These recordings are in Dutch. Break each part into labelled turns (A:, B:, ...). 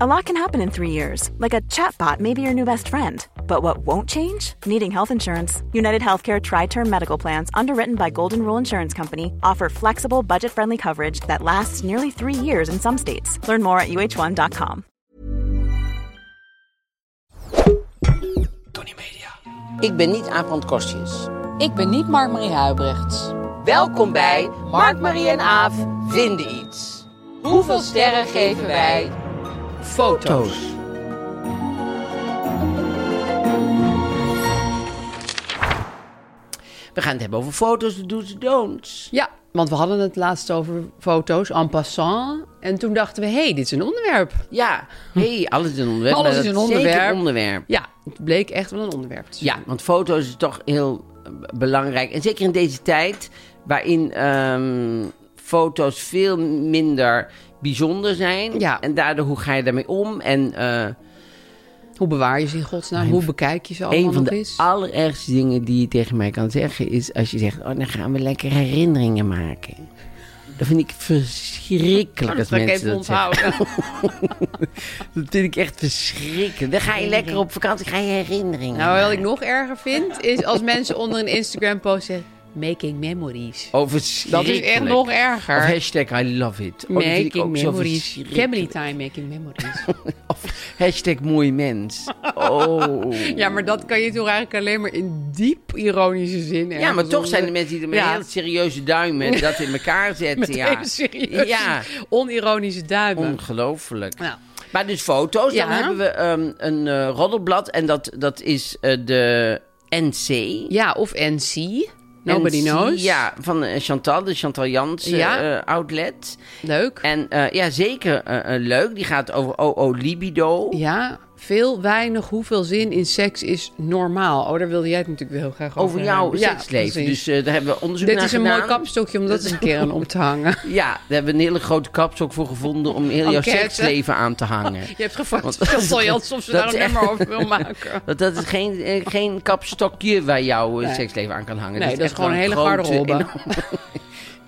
A: A lot can happen in three years, like a chatbot may be your new best friend. But what won't change? Needing health insurance. United Healthcare Tri Term Medical Plans, underwritten by Golden Rule Insurance Company, offer flexible, budget friendly coverage that lasts nearly three years in some states. Learn more at uh1.com.
B: Tony Media.
C: Ik ben niet Aap van het Kostjes.
D: Ik ben niet Mark-Marie Huibrechts.
C: Welkom bij Mark, Marie en Aaf vinden iets. Hoeveel sterren geven wij? Foto's. We gaan het hebben over foto's, de do's en don'ts.
B: Ja, want we hadden het laatst over foto's en passant. En toen dachten we, hé, hey, dit is een onderwerp.
C: Ja, hey, alles is een onderwerp.
B: Alles
C: maar
B: is
C: dat
B: een onderwerp.
C: Zeker een onderwerp.
B: Ja, het bleek echt wel een onderwerp te zijn.
C: Ja, want foto's is toch heel eh, belangrijk. En zeker in deze tijd waarin ehm, foto's veel minder bijzonder zijn.
B: Ja.
C: En daardoor, hoe ga je daarmee om? En eh,
B: Hoe bewaar je ze in godsnaam? Hoe bekijk je ze allemaal
C: een van
B: nog
C: de
B: eens?
C: allerergste dingen die je tegen mij kan zeggen is als je zegt: Oh, dan gaan we lekker herinneringen maken. Dat vind ik verschrikkelijk dat,
B: ga ik
C: mensen
B: even
C: dat zeggen.
B: onthouden.
C: Dat vind ik echt verschrikkelijk. Dan ga je lekker op vakantie, ga je herinneringen
B: Nou, wat ik
C: maken.
B: nog erger vind, is als mensen onder een Instagram-post zeggen... Making memories.
C: Oh, verschrikkelijk.
B: Dat is echt nog erger.
C: Of hashtag I love it. Oh, dat vind ik
B: making
C: ook zo
B: memories.
C: verschrikkelijk.
B: Family time making memories.
C: Of hashtag mooi mens. Oh.
B: ja, maar dat kan je toch eigenlijk alleen maar in diep ironische zin
C: Ja, maar
B: ergens
C: toch zijn er
B: onder-
C: mensen die er met
B: Ja.
C: heel serieuze duimen dat in elkaar zetten.
B: Met
C: ja.
B: hele serieuze,
C: Ja,
B: onironische duimen.
C: ongelooflijk.
B: Ja.
C: Maar dus foto's. Dan
B: Ja.
C: hebben we ehm, een eh, roddelblad en dat, dat is eh, de NC.
B: Ja, of NC. Nobody
C: NC,
B: knows.
C: Ja, van eh, Chantal, de Chantal Jansen
B: Ja.
C: eh, outlet.
B: Leuk.
C: En eh, ja, zeker eh, eh, leuk. Die gaat over OO Libido.
B: Ja, veel, weinig, hoeveel zin in seks is normaal. Oh, daar wilde jij het natuurlijk wel heel graag over
C: Over jouw
B: hebben. Ja,
C: seksleven.
B: precies.
C: dus eh, daar hebben we onderzoek
B: Dit
C: naar
B: is een
C: gedaan.
B: mooi kapstokje om dat eens een keer aan om te hangen.
C: Ja, daar hebben we een hele grote kapstok voor gevonden om heel jouw
B: Enquête. Oh,
C: seksleven aan te hangen.
B: Je hebt gevraagd
C: Want-
B: aan Stel Jans of ze
C: Dat
B: daar
C: is
B: een
C: echt-
B: nummer over wil maken.
C: Want dat is geen, eh, geen kapstokje waar jouw eh,
B: Nee.
C: seksleven aan kan hangen.
B: Nee, dat is
C: echt
B: gewoon een hele
C: grote,
B: garderobe.
C: Enorme,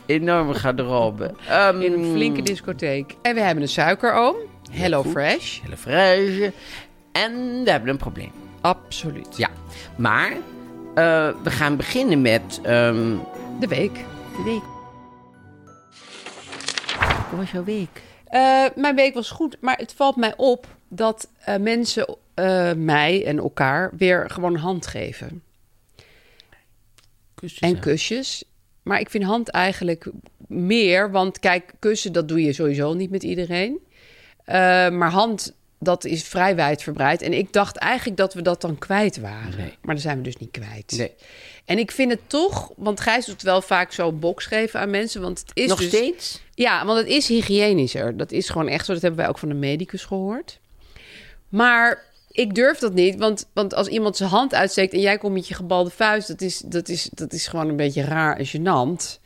C: enorme garderobe. Ehm,
B: In een flinke discotheek. En we hebben een suikeroom. Hello Fresh.
C: Hele fraise. En we hebben een probleem.
B: Absoluut.
C: Ja, maar eh, we gaan beginnen met... ehm,
B: De week.
C: de week. Hoe was jouw week?
B: Eh, mijn week was goed, maar het valt mij op dat eh, mensen eh, mij en elkaar weer gewoon een hand geven.
C: Kussen.
B: En kusjes. Maar ik vind hand eigenlijk meer, want kijk, kussen dat doe je sowieso niet met iedereen. Eh, maar hand, dat is vrij wijdverbreid. En ik dacht eigenlijk dat we dat dan kwijt waren.
C: Nee.
B: Maar dat zijn we dus niet kwijt.
C: Nee.
B: En ik vind het toch, want Gijs doet wel vaak zo'n box geven aan mensen. Want het is
C: Nog
B: dus-
C: steeds?
B: Ja, want het is hygiënischer. Dat is gewoon echt zo. Dat hebben wij ook van de medicus gehoord. Maar ik durf dat niet, want, want als iemand zijn hand uitsteekt en jij komt met je gebalde vuist, dat is, dat is, dat is gewoon een beetje raar en gênant.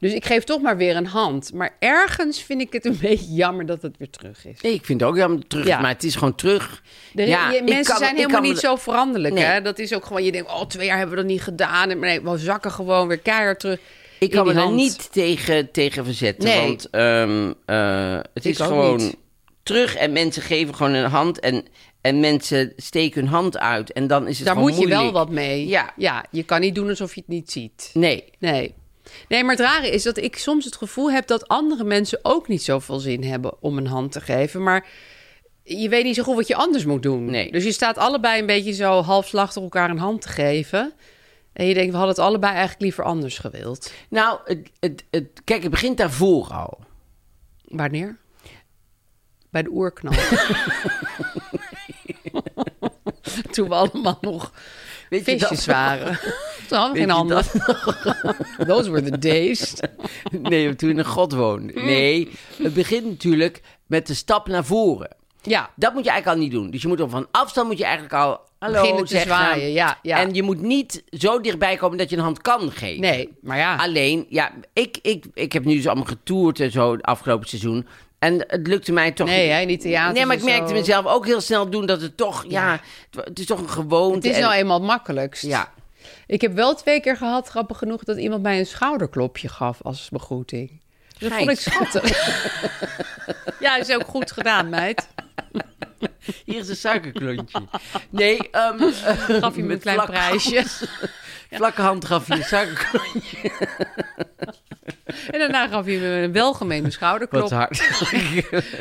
B: Dus ik geef toch maar weer een hand. Maar ergens vind ik het een beetje jammer dat het weer terug is.
C: Nee, ik vind het ook jammer terug,
B: Ja.
C: maar het is gewoon terug.
B: Er-
C: ja,
B: je-
C: ik
B: mensen
C: kan-
B: zijn
C: ik
B: helemaal
C: kan me-
B: niet zo veranderlijk.
C: Nee.
B: Hè? Dat is ook gewoon, je denkt, oh, twee jaar hebben we dat niet gedaan. En maar nee, we zakken gewoon weer keihard terug.
C: Ik kan me
B: in die
C: daar
B: hand.
C: niet tegen, tegen verzetten.
B: Nee.
C: Want ehm, eh, het
B: Ik
C: is
B: ook
C: gewoon
B: niet.
C: terug en mensen geven gewoon een hand. En, en mensen steken hun hand uit. En dan is het
B: Daar
C: gewoon
B: moet je wel
C: moeilijk.
B: wat mee.
C: Ja.
B: ja, je kan niet doen alsof je het niet ziet.
C: Nee.
B: Nee. Nee, maar het rare is dat ik soms het gevoel heb dat andere mensen ook niet zoveel zin hebben om een hand te geven. Maar je weet niet zo goed wat je anders moet doen.
C: Nee.
B: Dus je staat allebei een beetje zo halfslachtig elkaar een hand te geven. En je denkt, we hadden het allebei eigenlijk liever anders gewild.
C: Nou, het, het, het, kijk, het begint daarvoor al.
B: Wanneer? Bij de oerknal. Toen we allemaal nog
C: Weet je
B: visjes
C: dat?
B: waren. Toen hadden
C: Weet
B: we geen
C: je
B: handen. Those were the days. Mm.
C: Nee, toen in een god woonde. Nee, het begint natuurlijk met de stap naar voren.
B: Ja.
C: Dat moet je eigenlijk al niet doen. Dus je moet er van afstand moet je eigenlijk al hallo
B: Beginnen te
C: zeggen.
B: zwaaien, ja, ja.
C: En je moet niet zo dichtbij komen dat je een hand kan geven.
B: Nee, maar ja.
C: Alleen, ja, ik, ik, ik heb nu dus allemaal getoerd en zo het afgelopen seizoen. En het lukte mij toch
B: Nee, hè, die theaters
C: Nee, maar ik
B: en
C: merkte
B: zo.
C: mezelf ook heel snel doen dat het toch, ja, het, het is toch een gewoonte.
B: Het is
C: en-
B: nou eenmaal het makkelijkst.
C: Ja.
B: Ik heb wel twee keer gehad, grappig genoeg, dat iemand mij een schouderklopje gaf als begroeting. Dat vond ik
C: Gijs.
B: schattig. ja, is ook goed gedaan, meid.
C: Hier is een suikerklontje. Nee, ehm
B: Gaf je me een
C: Met
B: klein
C: vlakke
B: prijsje.
C: hand- vlakke hand gaf je een suikerklontje.
B: En daarna gaf hij me een welgemeende schouderklop.
C: Wat hard.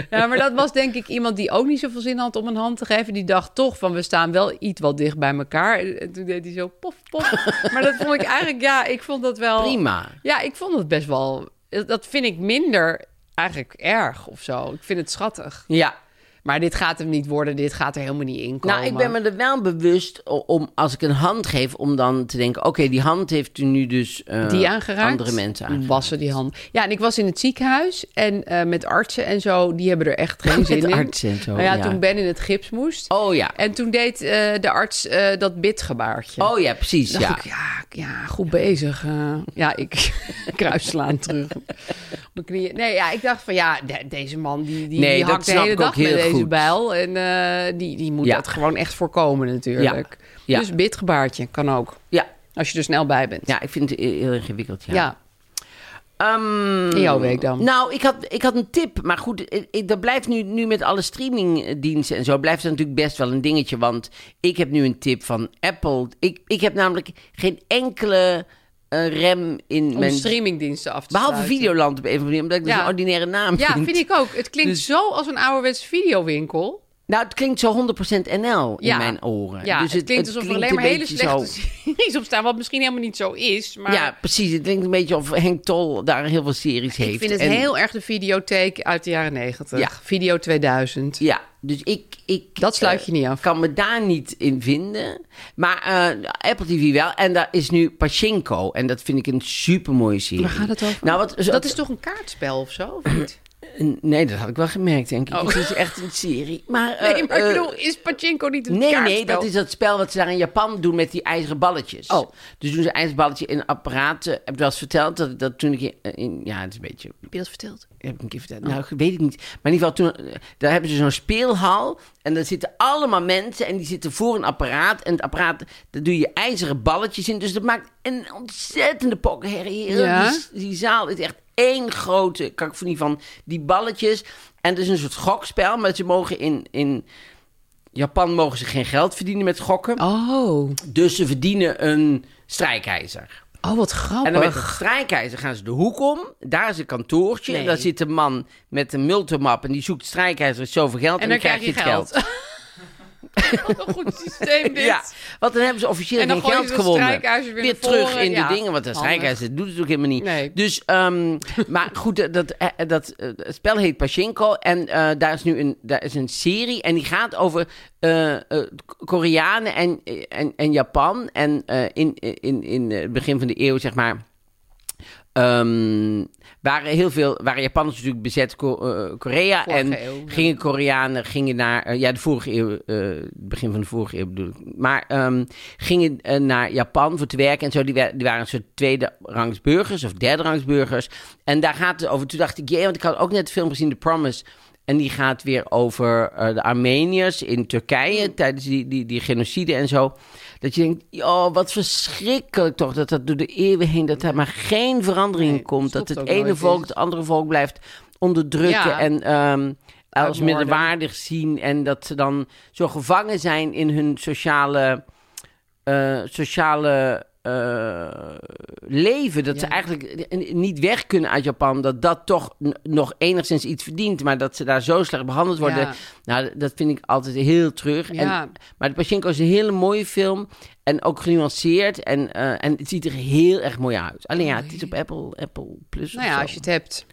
B: Ja, maar dat was denk ik iemand die ook niet zoveel zin had om een hand te geven. Die dacht toch van, we staan wel iets wat dicht bij elkaar. En toen deed hij zo pof, pof. Maar dat vond ik eigenlijk, ja, ik vond dat wel...
C: Prima.
B: Ja, ik vond het best wel... Dat vind ik minder eigenlijk erg of zo. Ik vind het schattig.
C: Ja.
B: Maar dit gaat hem niet worden. Dit gaat er helemaal niet in komen.
C: Nou, ik ben me er wel bewust o- om, als ik een hand geef, om dan te denken, oké, die hand heeft u nu dus eh,
B: die aangeraakt.
C: andere mensen aangeraakt. Mm.
B: Wassen die handen. Ja, en ik was in het ziekenhuis en eh, met artsen en zo. Die hebben er echt geen
C: Met
B: zin in.
C: artsen en zo,
B: Nou ja,
C: ja.
B: toen Ben in het gips moest.
C: Oh ja.
B: En toen deed eh, de arts eh, dat bitgebaartje.
C: Oh ja, precies,
B: Dacht
C: ja.
B: ik, ja, ja, goed bezig. eh. ja, ik kruisslaan terug. Op mijn knieën. Nee, ja, ik dacht van ja, de- deze man die, die,
C: Nee,
B: die
C: dat
B: hakt de
C: snap
B: hele
C: ik ook
B: dag met
C: heel
B: deze
C: goed.
B: bijl. En eh, die, die moet
C: Ja.
B: dat gewoon echt voorkomen natuurlijk.
C: Ja.
B: Dus bitgebaartje kan ook.
C: Ja.
B: Als je er snel bij bent.
C: Ja, ik vind het heel ingewikkeld, ja.
B: Ja.
C: Ehm,
B: In jouw week dan?
C: Nou, ik had, ik had een tip. Maar goed, eh, eh, dat blijft nu, nu met alle streamingdiensten en zo... blijft dat natuurlijk best wel een dingetje. Want ik heb nu een tip van Apple. Ik, ik heb namelijk geen enkele eh, rem in
B: Om
C: mijn...
B: streamingdiensten af te
C: Behalve
B: sluiten.
C: Videoland op een of andere manier, omdat ik dus
B: Ja.
C: een ordinaire naam
B: Ja,
C: vind.
B: vind ik ook. Het klinkt
C: Dus-
B: zo als een ouderwetse videowinkel.
C: Nou, het klinkt zo 100% NL in
B: ja.
C: mijn oren.
B: Ja,
C: dus
B: het, klinkt alsof er alleen maar
C: een
B: hele
C: beetje
B: slechte
C: zo-
B: series op staan. Wat misschien helemaal niet zo is. Maar
C: Ja, precies. Het klinkt een beetje of Henk Tol daar heel veel series heeft.
B: ik vind het
C: En-
B: heel erg de videotheek uit de jaren negentig.
C: Ja.
B: Video 2000.
C: Ja, dus ik... ik
B: Dat sluit
C: eh,
B: je niet af.
C: kan me daar niet in vinden. Maar eh, Apple TV wel. En daar is nu Pachinko. En dat vind ik een supermooie serie.
B: Waar gaat het over?
C: Nou, wat,
B: dat is toch een kaartspel of zo? Of niet?
C: Nee, dat had ik wel gemerkt, denk ik.
B: Oh.
C: Het is echt een serie. Maar, eh,
B: nee, maar ik
C: eh,
B: bedoel, is Pachinko niet een
C: Nee,
B: kaartspel?
C: nee, dat is dat spel wat ze daar in Japan doen met die ijzeren balletjes.
B: Oh.
C: Dus doen ze een ijzeren balletje in apparaten. Heb ik wel eens verteld dat, dat toen ik in, eh, in- Ja, het is een beetje...
B: Heb je dat verteld? Oh.
C: Heb ik een keer verteld? Nou, weet ik niet. Maar in ieder geval, toen, eh, daar hebben ze zo'n speelhal. En daar zitten allemaal mensen en die zitten voor een apparaat. En het apparaat, daar doe je ijzeren balletjes in. Dus dat maakt een ontzettende pokkenherrie. Heel
B: Ja?
C: die die zaal is echt één grote kakofonie van die balletjes. En het is een soort gokspel, maar ze mogen in, in Japan mogen ze geen geld verdienen met gokken.
B: Oh,
C: Dus ze verdienen een strijkijzer.
B: oh wat
C: En dan met de
B: grappig.
C: strijkijzer gaan ze de hoek om. Daar is een kantoortje.
B: Nee.
C: En daar zit een man met een multimap. En die zoekt strijkijzer met zoveel geld.
B: En dan krijg je
C: het
B: geld. Wat een goed systeem dit.
C: Ja, want dan hebben ze officieel
B: En dan
C: geen
B: gooien
C: geld
B: ze de
C: gewonnen.
B: strijkijzer weer naar
C: terug
B: voren,
C: in
B: ja.
C: de dingen, want de
B: Handig.
C: strijkijzer doet het ook helemaal niet.
B: Nee.
C: Dus, ehm, maar goed, eh, dat, eh, dat eh, het spel heet Pachinko. En eh, daar is nu een, daar is een serie. En die gaat over eh, eh, Koreanen en, eh, en, en Japan. En eh, in, in, in het begin van de eeuw, zeg maar. Ehm, waren heel veel, waren Japanners natuurlijk bezet Ko- eh, Korea.
B: Vorige
C: en
B: eeuw, ja.
C: gingen Koreanen, gingen naar, eh, ja, de vorige eeuw, eh, begin van de vorige eeuw bedoel ik. Maar ehm, gingen eh, naar Japan voor te werken en zo. Die, wa- die waren een soort tweede rangs burgers of derde rangs burgers. En daar gaat het over. Toen dacht ik, jee, want ik had ook net de film gezien, The Promise. En die gaat weer over eh, de Armeniërs in Turkije tijdens die, die, die genocide en zo. Dat je denkt, oh, wat verschrikkelijk toch. Dat dat door de eeuwen heen, dat daar maar geen verandering in komt. Dat
B: stopt
C: het
B: ook
C: ene
B: nooit
C: volk
B: eens.
C: het andere volk blijft onderdrukken.
B: Ja.
C: En ehm, als
B: Uitmoorden.
C: minderwaardig zien. En dat ze dan zo gevangen zijn in hun sociale, eh, sociale eh, leven. Dat ze eigenlijk n- niet weg kunnen uit Japan. Dat dat toch n- nog enigszins iets verdient. Maar dat ze daar zo slecht behandeld worden.
B: Ja.
C: Nou, d- dat vind ik altijd heel terug.
B: Ja.
C: En, maar de Pachinko is een hele mooie film. En ook genuanceerd. En, eh, en het ziet er heel erg mooi uit. Alleen ja, het is op Apple, Apple Plus
B: Nou
C: of
B: ja,
C: zo.
B: als je het hebt.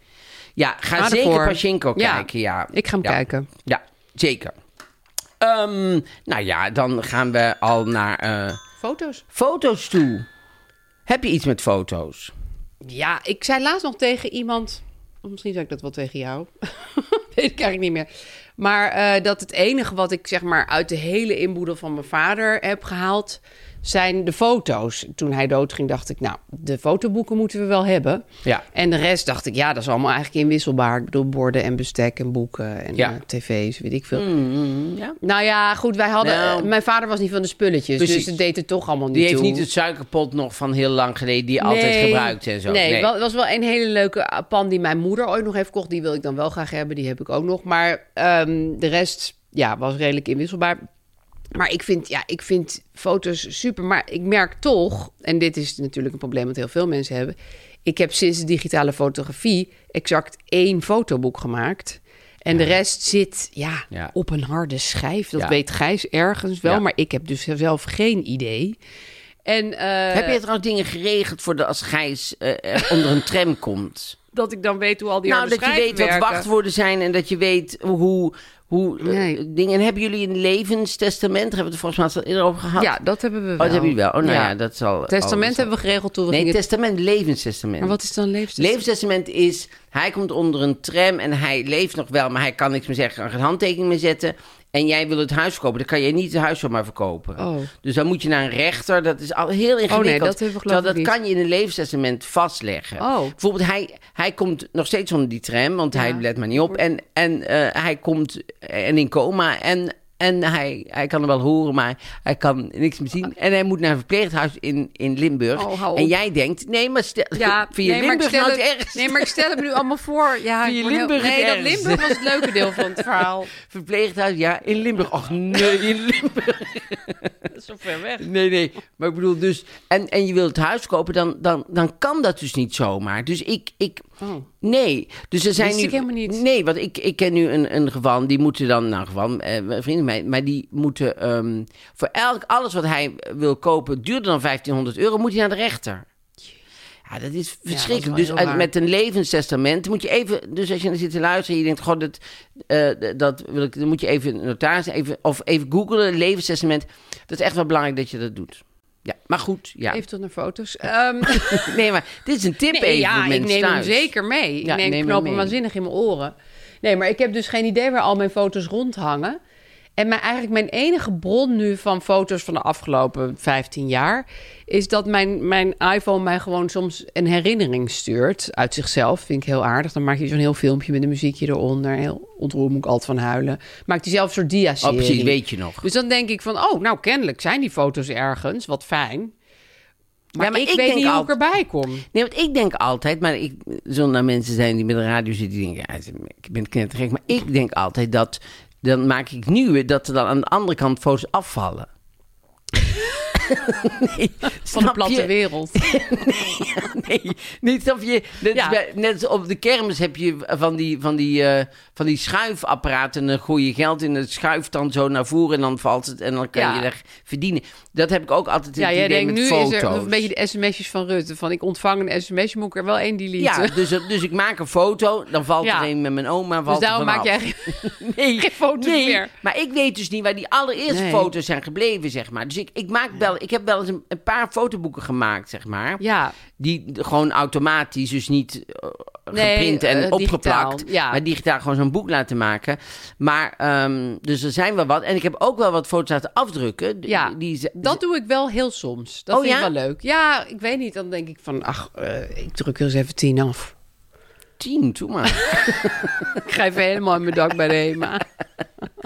C: Ja, ga
B: Ga
C: zeker
B: ervoor.
C: Pachinko
B: Ja,
C: kijken. Ja.
B: ik ga hem
C: Ja.
B: kijken.
C: Ja, zeker. Ehm, nou ja, dan gaan we al naar eh,
B: Foto's.
C: foto's toe. Heb je iets met foto's?
B: Ja, ik zei laatst nog tegen iemand. of Misschien zei ik dat wel tegen jou. Weet ik eigenlijk niet meer. Maar eh, dat het enige wat ik zeg maar uit de hele inboedel van mijn vader heb gehaald, zijn de foto's. Toen hij doodging, dacht ik, nou, de fotoboeken moeten we wel hebben.
C: Ja.
B: En de rest dacht ik, ja, dat is allemaal eigenlijk inwisselbaar. Ik bedoel, borden en bestek en boeken en
C: Ja. Mm,
B: eh, tv's, weet ik veel.
C: ja.
B: Nou ja, goed, wij hadden...
C: Nou.
B: eh, mijn vader was niet van de spulletjes,
C: Precies.
B: dus het deed het toch allemaal niet
C: Die heeft
B: toe.
C: niet het suikerpot nog van heel lang geleden die je altijd
B: Nee.
C: gebruikt en zo.
B: Nee, wel- het was wel een hele leuke eh, pan die mijn moeder ooit nog heeft gekocht. Die wil ik dan wel graag hebben, die heb ik ook nog. Maar ehm, de rest ja, was redelijk inwisselbaar. Maar ik vind, ja, ik vind foto's super. Maar ik merk toch, en dit is natuurlijk een probleem dat heel veel mensen hebben. Ik heb sinds de digitale fotografie exact één fotoboek gemaakt. En de rest zit ja,
C: Ja.
B: op een harde schijf. Dat
C: Ja.
B: weet Gijs ergens wel.
C: Ja.
B: Maar ik heb dus zelf geen idee. En, eh,
C: Heb je trouwens dingen geregeld voor de, als Gijs eh, eh, onder een tram komt?
B: dat ik dan weet hoe al die
C: nou,
B: harde
C: dat je
B: schijven
C: weet wat
B: werken.
C: wachtwoorden zijn en dat je weet hoe, hoe eh,
B: Nee.
C: dingen... En hebben jullie een levenstestament? Daar hebben we het volgens mij al eerder over gehad.
B: Ja, dat hebben we wel.
C: Oh, dat hebben jullie wel. Oh, nou ja, dat zal...
B: Testament
C: oh, dat zal-
B: hebben we geregeld toen we
C: Nee,
B: gingen...
C: testament, levenstestament.
B: Maar wat is dan leeftijd?
C: Levenstestament is, hij komt onder een tram en hij leeft nog wel, maar hij kan niks meer zeggen, geen handtekening meer zetten. En jij wil het huis verkopen, dan kan je niet het huis zomaar verkopen.
B: Oh.
C: Dus dan moet je naar een rechter, dat is al heel ingewikkeld.
B: dat hebben we geloof
C: Terwijl
B: ik
C: dat
B: niet.
C: kan je in een levenstestament vastleggen.
B: Oh.
C: Bijvoorbeeld, hij, hij komt nog steeds onder die tram, want hij let maar niet op. En, en eh, hij komt eh, en in coma en... En hij, hij kan hem wel horen, maar hij kan niks meer zien. En hij moet naar een verpleeghuis in, in Limburg.
B: Oh, hou
C: en
B: op.
C: jij denkt, nee, maar stel,
B: Ja,
C: Via
B: nee, maar ik
C: Limburg
B: stel
C: nou
B: het,
C: het ergst.
B: Nee, maar ik stel het me nu allemaal voor. Ja,
C: Via
B: ik word heel-
C: Limburg het
B: Nee, dat
C: ergst.
B: Limburg was het leuke deel van het verhaal.
C: Verpleeghuis, ja, in Limburg. Och nee, in Limburg.
B: Dat is zo ver weg.
C: Nee, nee. Maar ik bedoel dus... En, en je wilt het huis kopen, dan, dan, dan kan dat dus niet zomaar. Dus ik... ik Nee. Dus er zijn
B: Oh. Wist
C: nu,
B: ik helemaal niet.
C: Nee, want ik, ik ken nu een, een geval. Die moeten dan... Nou, geval, eh, vrienden van mij. Maar die moeten... ehm, voor elk, alles wat hij wil kopen, duurder dan 1500 euro, moet hij naar de rechter. Ja, dat is verschrikkelijk.
B: wel
C: dus
B: heel
C: uit-
B: raar.
C: met een levenstestament moet je even... Dus als je naar zit te luisteren en je denkt... God, dat, eh, d- dat wil ik, dan moet je even een notaris even, of even googlen. Levenstestament. Dat is echt wel belangrijk dat je dat doet. Ja, maar goed. Ja.
B: Even tot naar foto's. Ehm,
C: Nee, maar dit is een tip
B: Nee,
C: even
B: ja,
C: voor
B: ik
C: mensen
B: neem
C: thuis.
B: hem zeker mee. Ik
C: Ja,
B: neem,
C: neem hem
B: knoop hem
C: mee.
B: waanzinnig in mijn oren. Nee, maar ik heb dus geen idee waar al mijn foto's rondhangen. En mijn, eigenlijk mijn enige bron nu van foto's van de afgelopen 15 jaar... is dat mijn, mijn iPhone mij gewoon soms een herinnering stuurt uit zichzelf. Vind ik heel aardig. Dan maakt hij zo'n heel filmpje met een muziekje eronder. Heel ontroerd moet ik altijd van huilen. Maakt hij zelf een soort dia
C: Oh, precies. Weet je nog.
B: Dus dan denk ik van, oh, nou kennelijk zijn die foto's ergens. Wat fijn. Maar,
C: Ja, maar
B: ik,
C: ik
B: weet
C: denk
B: niet hoe ik
C: altijd-
B: erbij kom.
C: Nee, want ik denk altijd, maar ik, zullen daar mensen zijn die met de radio zitten, die denken, ja, ik ben knettergek. Maar ik denk altijd dat, dan maak ik nieuwe, dat er dan aan de andere kant foto's afvallen. nee,
B: Van de
C: snap
B: platte
C: je?
B: wereld.
C: Nee, niet of je. Net,
B: Ja.
C: als bij- net als op de kermis heb je van die, van die, eh, van die schuifapparaten. En dan gooi je geld in, het schuift dan zo naar voren en dan valt het en dan kan
B: Ja.
C: je er verdienen. Dat heb ik ook altijd.
B: Ja,
C: het
B: jij
C: idee
B: denkt
C: met
B: nu
C: foto's.
B: is er een beetje de sms'jes van Rutte. Van ik ontvang een sms'je, moet ik er wel één deleten.
C: Ja, dus, dus ik maak een foto, dan valt
B: Ja.
C: er een met mijn oma. Valt er
B: dus daarom maak
C: vanaf.
B: jij geen-
C: nee,
B: geen foto's
C: nee,
B: meer.
C: Maar ik weet dus niet waar die allereerste
B: Nee.
C: foto's zijn gebleven, zeg maar. Dus ik, ik, maak wel, ik heb wel eens een, een paar fotoboeken gemaakt, zeg maar.
B: Ja.
C: Die d- gewoon automatisch, dus niet eh,
B: Nee,
C: geprint en
B: eh,
C: opgeplakt.
B: digitaal, ja.
C: Maar digitaal gewoon zo'n boek laten maken. Maar, ehm, dus er zijn wel wat. En ik heb ook wel wat foto's laten afdrukken. D-
B: Ja,
C: die, ze-
B: dat doe ik wel heel soms. Dat
C: Oh,
B: vind ik
C: ja?
B: wel leuk. Ja, ik weet niet. Dan denk ik van, ach, eh, ik druk er eens even tien af.
C: tien, toen maar.
B: Ik ga even helemaal in mijn dak bij de HEMA.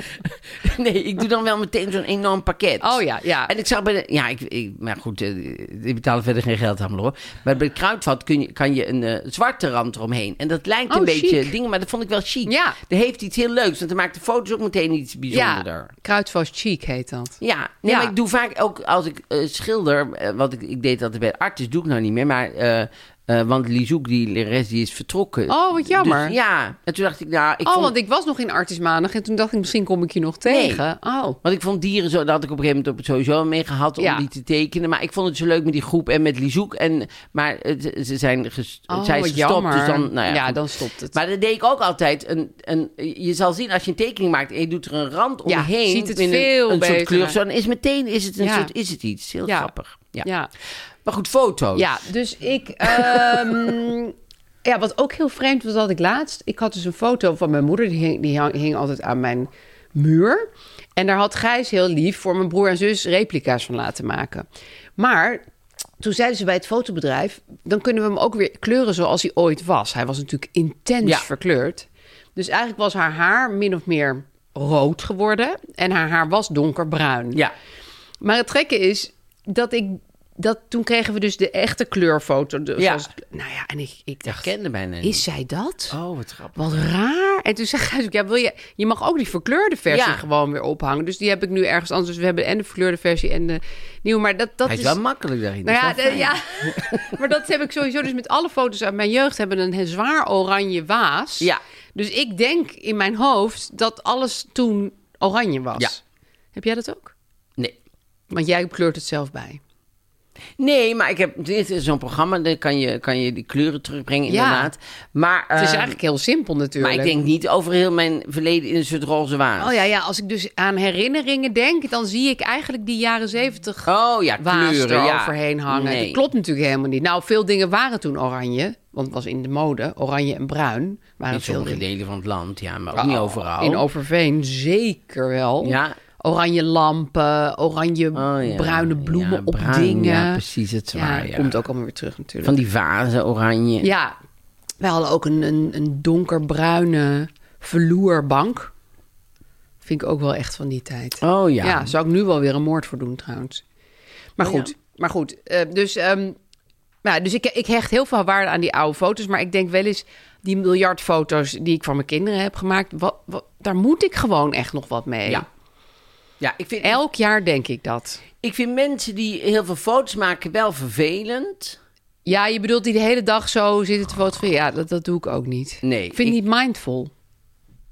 C: nee, ik doe dan wel meteen zo'n enorm pakket.
B: Oh ja, ja.
C: En ik zag bij de... Ja, ik, ik, maar goed, eh, die betalen verder geen geld aan, hoor. Maar bij het kruidvat kun je, kan je een eh, zwarte rand eromheen. En dat lijkt
B: Oh,
C: een beetje
B: chic.
C: dingen, maar dat vond ik wel chic.
B: Ja.
C: Dat heeft iets heel leuks, want dan maakt de foto's ook meteen iets bijzonderder.
B: Ja, Kruidvast Cheek heet dat.
C: Ja, nee,
B: Ja.
C: maar ik doe vaak ook als ik eh, schilder, eh, wat ik, ik deed altijd bij artis, doe ik nou niet meer, maar eh, eh, want Lizouk, die lerares, die is vertrokken.
B: Oh, wat jammer.
C: Dus ja, en toen dacht ik, nou, ik
B: oh,
C: vond,
B: want ik was nog in Artis Maandag en toen dacht ik, misschien kom ik je nog
C: Nee.
B: tegen. Oh,
C: want ik vond dieren zo, daar had ik op een gegeven moment sowieso wel mee gehad om
B: Ja.
C: die te tekenen, maar ik vond het zo leuk met die groep en met Lizouk en maar het- ze zijn, ges,
B: oh
C: zij is
B: wat
C: gestopt,
B: jammer.
C: dus dan, nou ja, goed.
B: dan stopt het.
C: Maar dat deed ik ook altijd. Een, een, je zal zien als je een tekening maakt en je doet er een rand
B: Ja,
C: omheen.
B: ziet het
C: met een-
B: veel
C: een, soort
B: beter
C: kleur.
B: uit.
C: Zo, dan is meteen is het een
B: Ja.
C: soort is het iets. Heel
B: Ja.
C: grappig. Ja.
B: ja.
C: Maar goed, foto's.
B: Ja, dus ik ehm, ja, wat ook heel vreemd was, had ik laatst. Ik had dus een foto van mijn moeder, die hing, die hang- hing altijd aan mijn muur. En daar had Gijs heel lief voor mijn broer en zus replica's van laten maken. Maar toen zeiden ze bij het fotobedrijf, dan kunnen we hem ook weer kleuren zoals hij ooit was. Hij was natuurlijk intens
C: Ja.
B: verkleurd. Dus eigenlijk was haar haar min of meer rood geworden. En haar haar was donkerbruin.
C: Ja.
B: Maar het gekke is dat ik... Dat, toen kregen we dus de echte kleurfoto. Dus
C: Ja.
B: zoals- nou ja, en ik, ik
C: Ik
B: dacht...
C: herkende bijna niet.
B: Is zij dat?
C: Oh, wat grappig.
B: Wat raar. En toen zei hij ook, ja, wil je, je mag ook die verkleurde versie
C: Ja.
B: gewoon weer ophangen. Dus die heb ik nu ergens anders. Dus we hebben en de verkleurde versie en de nieuwe. Maar dat, dat
C: Hij is
B: is
C: wel makkelijk daarin.
B: nou ja,
C: dat is
B: de-
C: wel
B: ja.
C: fijn.
B: maar dat heb ik sowieso. Dus met alle foto's uit mijn jeugd hebben een he- zwaar oranje waas.
C: Ja.
B: Dus ik denk in mijn hoofd dat alles toen oranje was.
C: Ja.
B: Heb jij dat ook?
C: Nee.
B: Want jij kleurt het zelf bij.
C: Nee, maar ik heb, dit is zo'n programma, daar kan je, kan je die kleuren terugbrengen,
B: Ja.
C: inderdaad. Maar,
B: Het is
C: eh,
B: eigenlijk heel simpel natuurlijk.
C: maar ik denk niet over heel mijn verleden in een soort roze waas.
B: Oh ja, ja, als ik dus aan herinneringen denk, dan zie ik eigenlijk die jaren zeventig
C: Oh ja,
B: waas
C: kleuren, ja.
B: overheen hangen.
C: Nee.
B: Dat klopt natuurlijk helemaal niet. Nou, veel dingen waren toen oranje, want het was in de mode. Oranje en bruin waren
C: In
B: veel
C: sommige
B: dingen.
C: delen van het land, ja, maar ook niet overal.
B: In Overveen zeker wel.
C: Ja.
B: Oranje lampen, oranje
C: Oh, ja.
B: bruine bloemen
C: Ja,
B: op
C: bruin,
B: dingen.
C: ja, precies, het is waar,
B: dat
C: ja.
B: komt ook allemaal weer terug natuurlijk.
C: Van die vazen, oranje.
B: Ja, wij hadden ook een, een, een donkerbruine verloerbank. Vind ik ook wel echt van die tijd.
C: Oh ja.
B: Ja, Oh, zou ik nu wel weer een moord voor doen trouwens. Maar goed, maar goed. eh, dus ehm, nou, dus ik, ik hecht heel veel waarde aan die oude foto's. Maar ik denk wel eens, die miljard foto's die ik van mijn kinderen heb gemaakt... Wat, wat, daar moet ik gewoon echt nog wat mee.
C: Ja. Ja, ik vind,
B: Elk jaar denk ik dat.
C: ik vind mensen die heel veel foto's maken wel vervelend.
B: Ja, je bedoelt die de hele dag zo zitten te fotograferen. Ja, dat, dat doe ik ook niet.
C: Nee,
B: Ik vind
C: ik-
B: het niet mindful.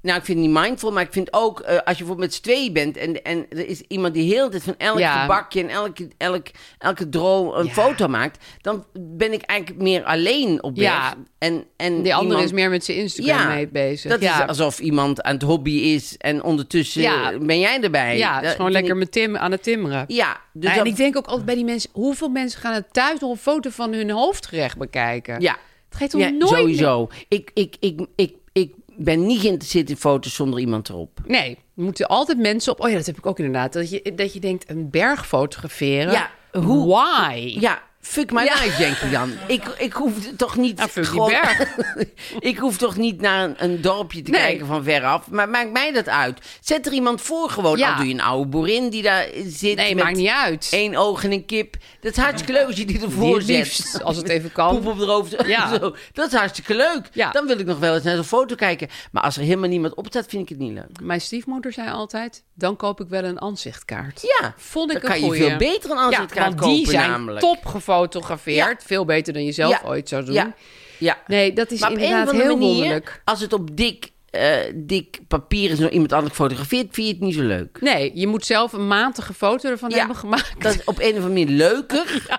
C: Nou, ik vind het niet mindful, maar ik vind ook eh, als je bijvoorbeeld met z'n tweeën bent en, en er is iemand die heel de tijd van elk
B: Ja.
C: gebakje en elke, elk, elke droom een
B: Ja.
C: foto maakt, dan ben ik eigenlijk meer alleen op weg.
B: Ja.
C: En, en
B: De andere
C: iemand-
B: is meer met zijn Instagram mee bezig.
C: Dat
B: ja.
C: is alsof iemand aan het hobby is en ondertussen
B: Ja.
C: ben jij erbij.
B: Ja, het
C: Dat
B: is gewoon
C: vind
B: lekker
C: ik-
B: met Tim aan het timmeren.
C: Ja, dus
B: Nou,
C: dat-
B: en ik denk ook altijd bij die mensen... hoeveel mensen gaan het thuis nog een foto van hun hoofdgerecht bekijken?
C: Ja.
B: Het geeft om
C: Ja,
B: nooit...
C: Sowieso. Ik, ik, ik, ik, ik ben niet geïnteresseerd in foto's zonder iemand erop.
B: meer- Nee, er moeten altijd mensen op... Oh ja, dat heb ik ook inderdaad. Dat je, dat je denkt, een berg fotograferen?
C: Ja, hoe-
B: Why?
C: Ja, fuck my life, denk je dan. Ik, ik hoef toch niet...
B: Nou, fuck die
C: gewoon-
B: berg.
C: ik hoef toch niet naar een, een dorpje te
B: Nee.
C: kijken van veraf. Maar maakt mij dat uit. Zet er iemand voor gewoon.
B: Ja.
C: Al doe je een oude boerin die daar zit
B: Nee,
C: met
B: maakt niet uit.
C: één oog en een kip. Dat is hartstikke leuk als je die
B: Die
C: ervoor
B: het
C: zet.
B: liefst, als het even kan.
C: Poep op het hoofd.
B: Ja.
C: Zo. Dat is hartstikke leuk.
B: Ja.
C: Dan wil ik nog wel eens naar zo'n foto kijken. Maar als er helemaal niemand op staat, vind ik het niet leuk.
B: Mijn stiefmoeder zei altijd... dan koop ik wel een aanzichtkaart.
C: Ja,
B: Vond ik
C: dan
B: een
C: kan je
B: goeie.
C: veel beter een aanzichtkaart
B: ja, want die
C: kopen
B: zijn
C: namelijk.
B: top gefotografeerd. Veel beter dan je zelf
C: Ja.
B: ooit zou doen.
C: Ja. ja.
B: Nee, dat is
C: maar op een of
B: inderdaad
C: andere
B: heel
C: manier,
B: wonderlijk.
C: als het op dik, eh, dik papier is en door iemand anders gefotografeerd, vind je het niet zo leuk.
B: Nee, je moet zelf een matige foto ervan
C: Ja,
B: hebben gemaakt.
C: Dat is op een of andere manier leuker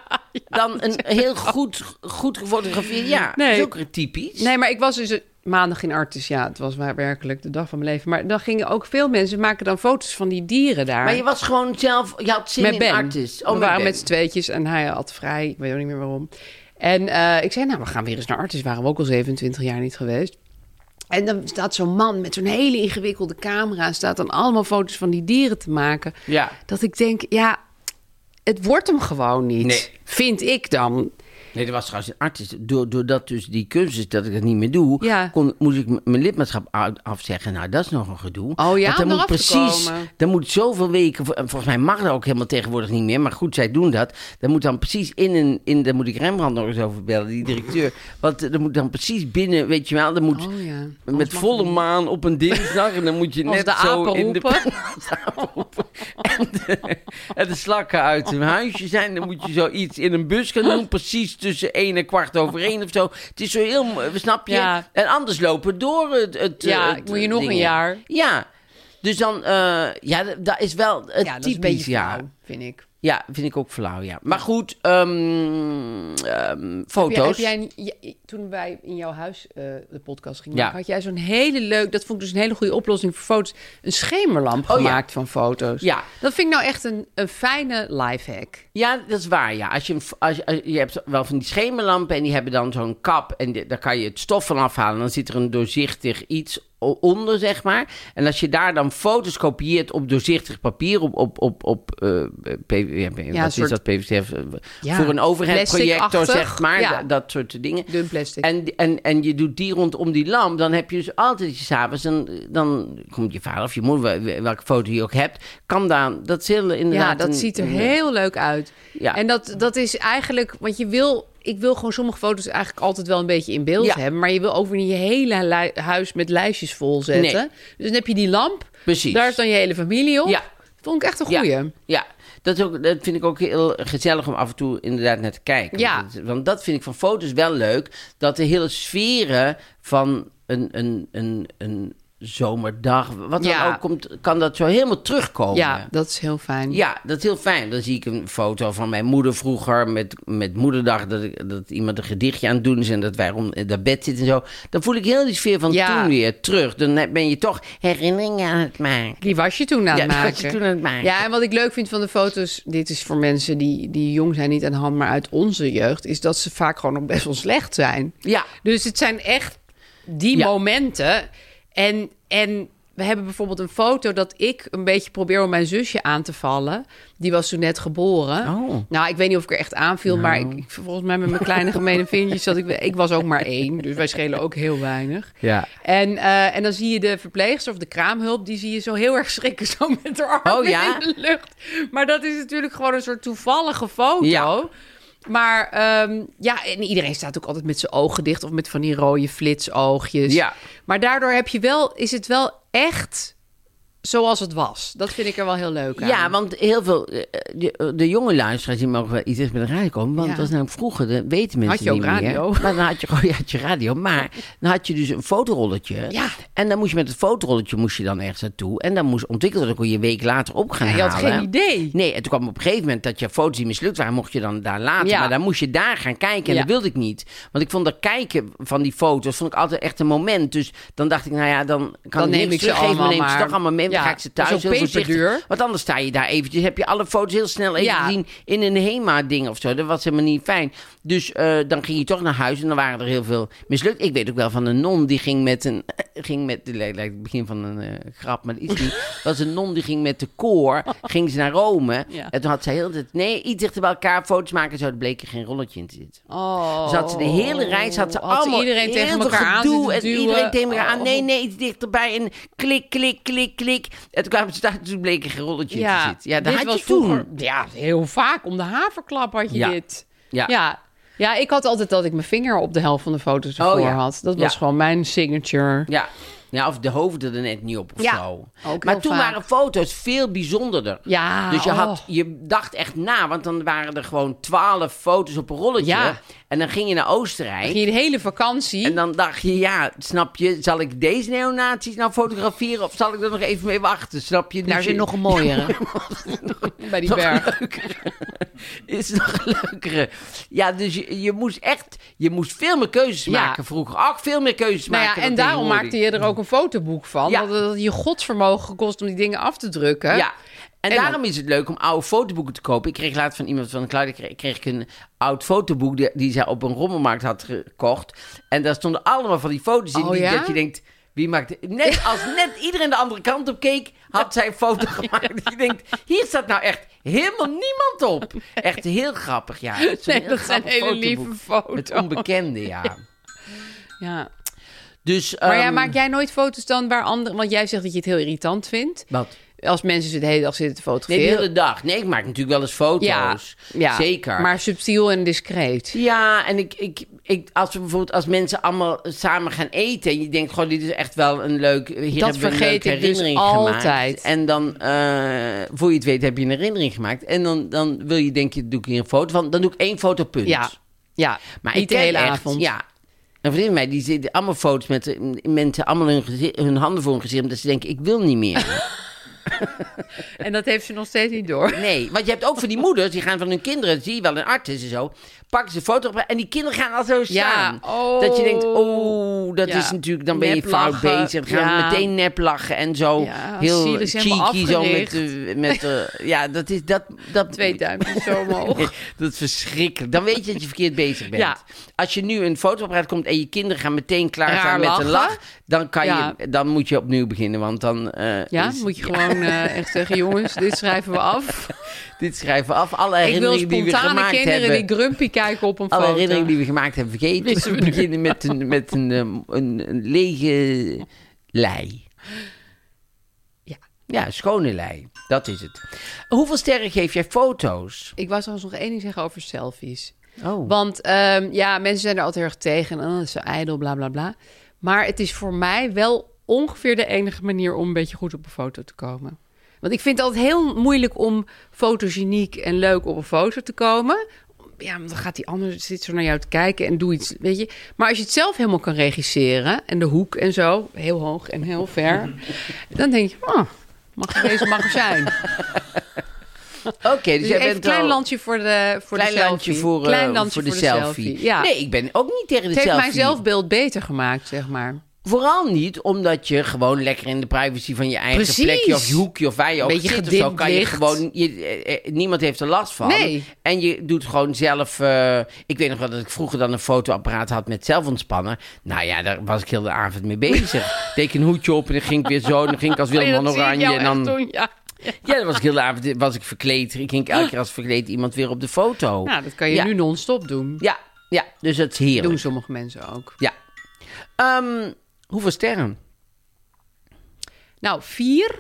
C: dan een heel goed, goed gefotografeerd. Ja,
B: Nee.
C: zulke typisch.
B: Nee, maar ik was dus een- maandag in Artis. Ja, het was waar- werkelijk de dag van mijn leven. Maar dan gingen ook veel mensen maken dan foto's van die dieren daar.
C: Maar je was gewoon zelf, je had zin
B: met
C: in
B: Ben.
C: artis. Oh,
B: we
C: met
B: waren
C: Ben.
B: met z'n tweetjes en hij had vrij. Ik weet ook niet meer waarom. En eh, ik zei, nou, we gaan weer eens naar Artis. Waren we ook al 27 jaar niet geweest. En dan staat zo'n man met zo'n hele ingewikkelde camera... en staat dan allemaal foto's van die dieren te maken.
C: Ja.
B: Dat ik denk, ja, het wordt hem gewoon niet.
C: Nee.
B: Vind ik dan.
C: Nee, dat was trouwens een artis. Door- Doordat dus die kunst is dat ik dat niet meer doe,
B: Ja.
C: kon, moest ik m- mijn lidmaatschap a- afzeggen. Nou, dat is nog een gedoe.
B: Oh ja, om
C: dan moet
B: eraf te
C: precies,
B: komen.
C: dan moet zoveel weken, en volgens mij mag dat ook helemaal tegenwoordig niet meer, maar goed, zij doen dat. Dan moet dan precies in een, in, daar moet ik Rembrandt nog eens over bellen, die directeur. Want eh, dan moet dan precies binnen, weet je wel, dan moet
B: Oh ja.
C: met volle maan op een dinsdag en dan moet je
B: Als
C: net
B: de
C: zo
B: apen
C: in de
B: roepen.
C: Als de apen roepen. en, de, en de slakken uit hun huisje zijn. Dan moet je zoiets in een bus gaan doen. Precies tussen 1 en kwart over 1 of zo. Het is zo heel, mo- snap je?
B: Ja.
C: En anders lopen door het... het
B: Ja,
C: het-
B: moet je nog een
C: dingen.
B: jaar.
C: Ja. Dus dan, eh, ja, d- dat is wel het
B: ja, dat
C: typisch,
B: is een beetje
C: ja.
B: flauw, vind ik. Heb
C: Ja, vind ik ook flauw, ja. Maar goed, ehm, ehm, foto's.
B: jij- Heb jij, je- toen wij in jouw huis eh, de podcast gingen
C: Ja.
B: maken, had jij zo'n hele leuk, dat vond ik dus een hele goede oplossing voor foto's, een schemerlamp
C: Oh, ja.
B: gemaakt van foto's.
C: Ja.
B: Dat vind ik nou echt een, een fijne lifehack.
C: Ja, dat is waar, ja. Als je, een f- als, je- als- je hebt wel van die schemerlampen en die hebben dan zo'n kap... en de- daar kan je het stof van afhalen. Dan zit er een doorzichtig iets o- onder, zeg maar. En als je daar dan foto's kopieert op doorzichtig papier... op, op, op, op eh, P- ja, wat
B: een
C: is
B: soort-
C: dat, PVC?
B: Ja,
C: eh, voor een overheadprojector,
B: plasticachtig,
C: zeg maar.
B: ja.
C: da- dat soort dingen.
B: Dun plastic.
C: En, en, en je doet die rondom die lamp, dan heb je dus altijd je s'avonds. Dan, dan komt je vader of je moeder, wel- welke foto je ook hebt, kan dan. Dat is heel inderdaad.
B: Ja, dat
C: een-
B: ziet er
C: een-
B: heel leuk uit.
C: Ja.
B: En dat, dat is eigenlijk, want je wil, ik wil gewoon sommige foto's eigenlijk altijd wel een beetje in beeld
C: Ja.
B: hebben, maar je wil ook weer niet je hele li- huis met lijstjes vol zetten.
C: Nee.
B: Dus dan heb je die lamp,
C: Precies.
B: daar is dan je hele familie op.
C: Ja.
B: Vond ik echt een goeie.
C: Ja, ja. Dat, is ook, dat vind ik ook heel gezellig om af en toe inderdaad naar te kijken.
B: Ja.
C: Want, dat- want dat vind ik van foto's wel leuk. Dat de hele sferen van een, een, een, een zomerdag, wat dan
B: Ja.
C: ook komt, kan dat zo helemaal terugkomen.
B: Ja, dat is heel fijn.
C: Ja, dat is heel fijn. Dan zie ik een foto van mijn moeder vroeger met, met moederdag. Dat, ik- dat iemand een gedichtje aan het doen is en dat wij rond dat bed zitten en zo. Dan voel ik heel die sfeer van
B: Ja.
C: toen weer terug. Dan ben je toch herinneringen aan het maken.
B: Die was je toen aan
C: Ja,
B: het
C: die
B: maken.
C: was je toen aan het maken.
B: Ja, en wat ik leuk vind van de foto's... dit is voor mensen die, die jong zijn, niet aan de hand... maar uit onze jeugd, is dat ze vaak gewoon nog best wel slecht zijn.
C: Ja.
B: Dus het zijn echt die
C: Ja.
B: momenten. En, en we hebben bijvoorbeeld een foto dat ik een beetje probeer om mijn zusje aan te vallen. Die was toen net geboren.
C: Oh. Nou.
B: Nou, ik weet niet of ik er echt aanviel, maar ik, ik- volgens mij met mijn kleine gemene vingertjes zat ik... Ik was ook maar één, dus wij schelen ook heel weinig.
C: Ja.
B: En, eh, en dan zie je de verpleegster of de kraamhulp, die zie je zo heel erg schrikken, zo met haar armen
C: Oh, ja?
B: in de lucht. Maar dat is natuurlijk gewoon een soort toevallige foto.
C: Ja.
B: Maar ehm, ja, en iedereen staat ook altijd met zijn ogen dicht of met van die rode flitsoogjes.
C: Ja.
B: Maar daardoor heb je wel, is het wel echt zoals het was. Dat vind ik er wel heel leuk aan.
C: Ja, want heel veel. eh, De, de jonge luisteraars die mogen wel iets dichter bij de radio komen. Want
B: Ja.
C: dat was namelijk vroeger, dat weten mensen
B: Had je ook
C: niet
B: radio?
C: meer. Maar dan had je, gewoon- je had je radio. Maar dan had je dus een fotorolletje.
B: Ja.
C: En dan moest je met het fotorolletje moest je dan ergens naartoe. En dan moest ontwikkeld dat kon je een week later op gaan
B: Ja, je
C: halen.
B: had geen idee.
C: Nee, en toen kwam op een gegeven moment dat je foto's die mislukt waren, mocht je dan daar laten.
B: Ja.
C: Maar dan moest je daar gaan kijken. En
B: Ja.
C: dat wilde ik niet. Want ik vond dat kijken van die foto's vond ik altijd echt een moment. Dus dan dacht ik, nou ja, dan kan
B: Dan
C: ik
B: neem
C: niks
B: ik ze
C: teruggeven,
B: allemaal
C: neem ik ze
B: maar.
C: toch allemaal mee. Dan
B: Ja,
C: ga ik ze
B: dat is
C: thuis
B: ook
C: heel voorzichtig.
B: peperduur.
C: Want anders sta je daar eventjes, heb je alle foto's heel snel even
B: Ja.
C: gezien in een HEMA-ding of zo. Dat was helemaal niet fijn. Dus eh, dan ging je toch naar huis en dan waren er heel veel mislukt. Ik weet ook wel van een non die ging met een, ging met, dit lijkt lijkt het begin van een eh, grap, maar dat is niet. was een non die ging met de koor, ging ze naar Rome.
B: Ja.
C: En toen had zij heel de tijd, nee, iets dichter bij elkaar foto's maken en zo, er bleek er geen rolletje in te zitten.
B: Oh.
C: Dus had ze de hele reis, had ze
B: Had ze
C: allemaal
B: iedereen
C: heel
B: tegen
C: veel
B: elkaar aan
C: gedoe
B: zitten
C: En
B: duwen.
C: iedereen tegen elkaar aan,
B: Oh.
C: nee, nee, iets dichterbij. En klik, klik, klik, klik. En toen kwamen ze daar, toen bleek er geen rolletje in te zitten. Ja, dat
B: dit
C: had je
B: was
C: toen.
B: vroeger- ja, heel vaak. Om de haverklap had je
C: Ja.
B: dit.
C: Ja.
B: ja. Ja, ik had altijd dat ik mijn vinger op de helft van de foto's
C: Oh,
B: ervoor
C: ja.
B: had. Dat
C: Ja.
B: was gewoon mijn signature.
C: Ja. ja, of de hoofden er net niet op of
B: Ja,
C: zo.
B: ook
C: maar
B: heel
C: toen
B: vaak.
C: waren foto's veel bijzonderder.
B: Ja,
C: dus je,
B: oh.
C: had, je dacht echt na, want dan waren er gewoon twaalf foto's op een rolletje.
B: Ja.
C: En dan ging je naar Oostenrijk.
B: Ging je de hele vakantie.
C: En dan dacht je, ja, snap je, zal ik deze neonaties nou fotograferen of zal ik er nog even mee wachten? Snap je? Dus
B: daar zit
C: je-
B: nog een mooiere. Bij die
C: nog
B: berg.
C: leukere. Is nog leukere. Ja, dus je, je moest echt, je moest veel meer keuzes
B: Ja.
C: maken vroeger. Ook veel meer keuzes
B: Nou ja,
C: maken.
B: en
C: dan
B: daarom
C: tegenwoordig.
B: maakte je er ook een fotoboek van.
C: Ja.
B: Want dat had je godsvermogen gekost om die dingen af te drukken.
C: Ja. En,
B: En dan-
C: daarom is het leuk om oude fotoboeken te kopen. Ik kreeg laatst van iemand van Claudia kreeg, kreeg ik een oud fotoboek die, die zij op een rommelmarkt had gekocht. En daar stonden allemaal van die foto's in
B: Oh,
C: die,
B: ja?
C: dat je denkt. Wie maakt net als net iedereen de andere kant op keek, had zij een foto gemaakt. Je denkt, hier staat nou echt helemaal niemand op. Echt heel grappig, ja. Het is een
B: Nee,
C: heel
B: dat zijn
C: grappig
B: hele lieve
C: fotoboek. Het
B: foto's.
C: onbekende, ja.
B: Ja.
C: Dus,
B: Maar ja,
C: ehm,
B: maak jij nooit foto's dan waar anderen... Want jij zegt dat je het heel irritant vindt.
C: Wat?
B: Als mensen ze de hele dag zitten te
C: Nee, de
B: fotograferen.
C: hele dag. Nee, ik maak natuurlijk wel eens foto's. Zeker.
B: Maar subtiel en discreet.
C: Ja, en ik, ik, ik, als we bijvoorbeeld als mensen allemaal samen gaan eten en je denkt, goh, dit is echt wel een leuk, hier
B: Dat
C: hebben we een
B: vergeet
C: leuke
B: ik dus
C: herinnering
B: altijd.
C: gemaakt. En dan, eh, voor je het weet, heb je een herinnering gemaakt. En dan, dan wil je, denk je, doe ik hier een foto van. Dan doe ik één foto, punt.
B: Ja, ja.
C: maar
B: niet
C: ik
B: de
C: ken
B: hele
C: echt,
B: avond.
C: Ja, Een vriendin van mij, die zit allemaal foto's met eh, mensen, allemaal hun, gezi- hun handen voor hun gezicht, omdat ze denken, ik wil niet meer.
B: En dat heeft ze nog steeds niet door.
C: Nee, want je hebt ook van die moeders, die gaan van hun kinderen, zie je wel, een arts is en zo, pakken ze een foto op en die kinderen gaan al zo staan.
B: oh.
C: dat je denkt, oh, dat
B: Ja.
C: is natuurlijk, dan ben je
B: Nep
C: fout
B: lachen.
C: bezig. Dan gaan we
B: Ja.
C: meteen nep lachen en zo,
B: Ja,
C: heel
B: zielig, helemaal
C: cheeky zo met,
B: afgericht.
C: de- met de- ja, dat is, dat, dat...
B: Twee duimpjes zo omhoog.
C: Nee, dat is verschrikkelijk. Dan weet je dat je verkeerd bezig bent.
B: Ja.
C: Als je nu een fotoapparaat komt en je kinderen gaan meteen klaarstaan
B: Raar
C: met een
B: lachen.
C: lach, dan, kan
B: Ja.
C: je, dan moet je opnieuw beginnen. Want dan eh,
B: Ja,
C: is-
B: moet je gewoon eh, echt zeggen, jongens, dit schrijven we af.
C: dit schrijven we af. Alle
B: Ik wil
C: herinneringen die we
B: spontane
C: gemaakt
B: kinderen
C: hebben.
B: die grumpy kijken op een
C: alle
B: foto.
C: herinneringen die we gemaakt hebben vergeten.
B: Missen
C: We
B: we nu.
C: beginnen met een, met een, ehm, een, een lege lei.
B: Ja.
C: Ja, schone lei. Dat is het. Hoeveel sterren geef jij foto's?
B: Ik wou trouwens nog één ding zeggen over selfies.
C: Oh.
B: Want ehm, ja, mensen zijn er altijd heel erg tegen. En, oh, dat is zo ijdel, bla bla bla. Maar het is voor mij wel ongeveer de enige manier om een beetje goed op een foto te komen. Want ik vind het altijd heel moeilijk om fotogeniek en leuk op een foto te komen. Ja, want dan gaat die ander zit zo naar jou te kijken en doe iets, weet je. Maar als je het zelf helemaal kan regisseren en de hoek en zo, heel hoog en heel ver, dan denk je, oh, mag er deze mag er zijn.
C: Oké, dus,
B: Dus
C: jij
B: even
C: bent
B: een klein
C: al-
B: landje voor de voor
C: klein
B: de selfie.
C: landje voor, eh,
B: Klein landje
C: voor de, selfie.
B: Ja.
C: Nee, ik ben ook niet tegen de
B: Het heeft
C: selfie.
B: mijn zelfbeeld beter gemaakt, zeg maar.
C: Vooral niet omdat je gewoon lekker in de privacy van je eigen
B: Precies.
C: plekje of je hoekje of waar je ook
B: Beetje
C: zit of zo,
B: gedimd
C: kan je
B: licht.
C: gewoon je, eh, eh, niemand heeft er last van.
B: Nee.
C: En je doet gewoon zelf. eh, ik weet nog wel dat ik vroeger dan een fotoapparaat had met zelfontspannen. Nou ja, daar was ik heel de avond mee bezig. Deed ik een hoedje op en dan ging ik weer zo. En dan ging
B: Oh
C: ik als Willem van Oranje. En dan,
B: ja.
C: ja, dan was ik heel de avond was ik verkleed. Ik ging elke keer als verkleed iemand weer op de foto.
B: Nou, dat kan je
C: Oh. Ja.
B: nu non-stop doen.
C: Ja, ja, dus dat is heerlijk.
B: Doen sommige mensen ook.
C: Ja. Ehm, hoeveel sterren?
B: Nou, vier.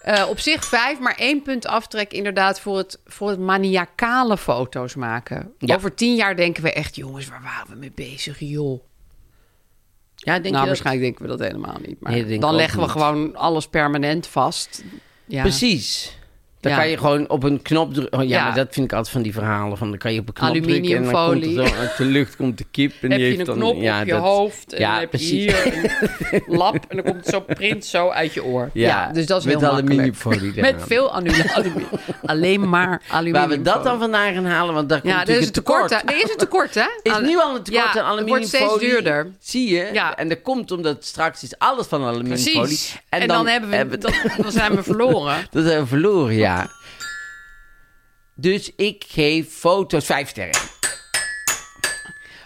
B: Eh, op zich vijf, maar één punt aftrek inderdaad voor het, voor het maniacale foto's maken.
C: Ja.
B: Over tien jaar denken we echt, jongens, waar waren we mee bezig, joh?
C: Ja, denk
B: nou,
C: je dat-
B: waarschijnlijk denken we dat helemaal niet. Maar
C: Nee, dat denk ik
B: dan
C: ook
B: leggen we
C: niet.
B: gewoon alles permanent vast. Ja.
C: Precies. Dan
B: Ja.
C: kan je gewoon op een knop drukken. ja,
B: Ja.
C: maar dat vind ik altijd van die verhalen. Van dan kan je op een knop drukken en dan komt
B: Aluminiumfolie.
C: er zo uit de lucht komt de kip. En
B: heb
C: die
B: je
C: heeft
B: een
C: dan,
B: knop
C: ja,
B: op je
C: dat-
B: hoofd en
C: ja,
B: dan heb
C: precies.
B: je hier een lap en dan komt zo'n print zo uit je oor.
C: Ja,
B: Ja, dus dat is
C: met
B: heel makkelijk.
C: aluminiumfolie eraan.
B: Met veel anula- aluminium. Alleen maar aluminium.
C: Waar we dat dan vandaan gaan halen, want daar komt
B: Ja, er
C: natuurlijk
B: is
C: een
B: een
C: tekort.
B: tekort. aan- Er is een tekort, hè?
C: Is
B: Aan-
C: nu al een tekort
B: ja,
C: aan aluminiumfolie.
B: Het wordt steeds duurder.
C: Zie je?
B: Ja.
C: En dat komt omdat straks is alles van aluminiumfolie.
B: Precies. En, dan, hebben we,
C: hebben-
B: dan, dan zijn we verloren.
C: Dat hebben we verloren, ja. Dus ik geef foto's vijf sterren.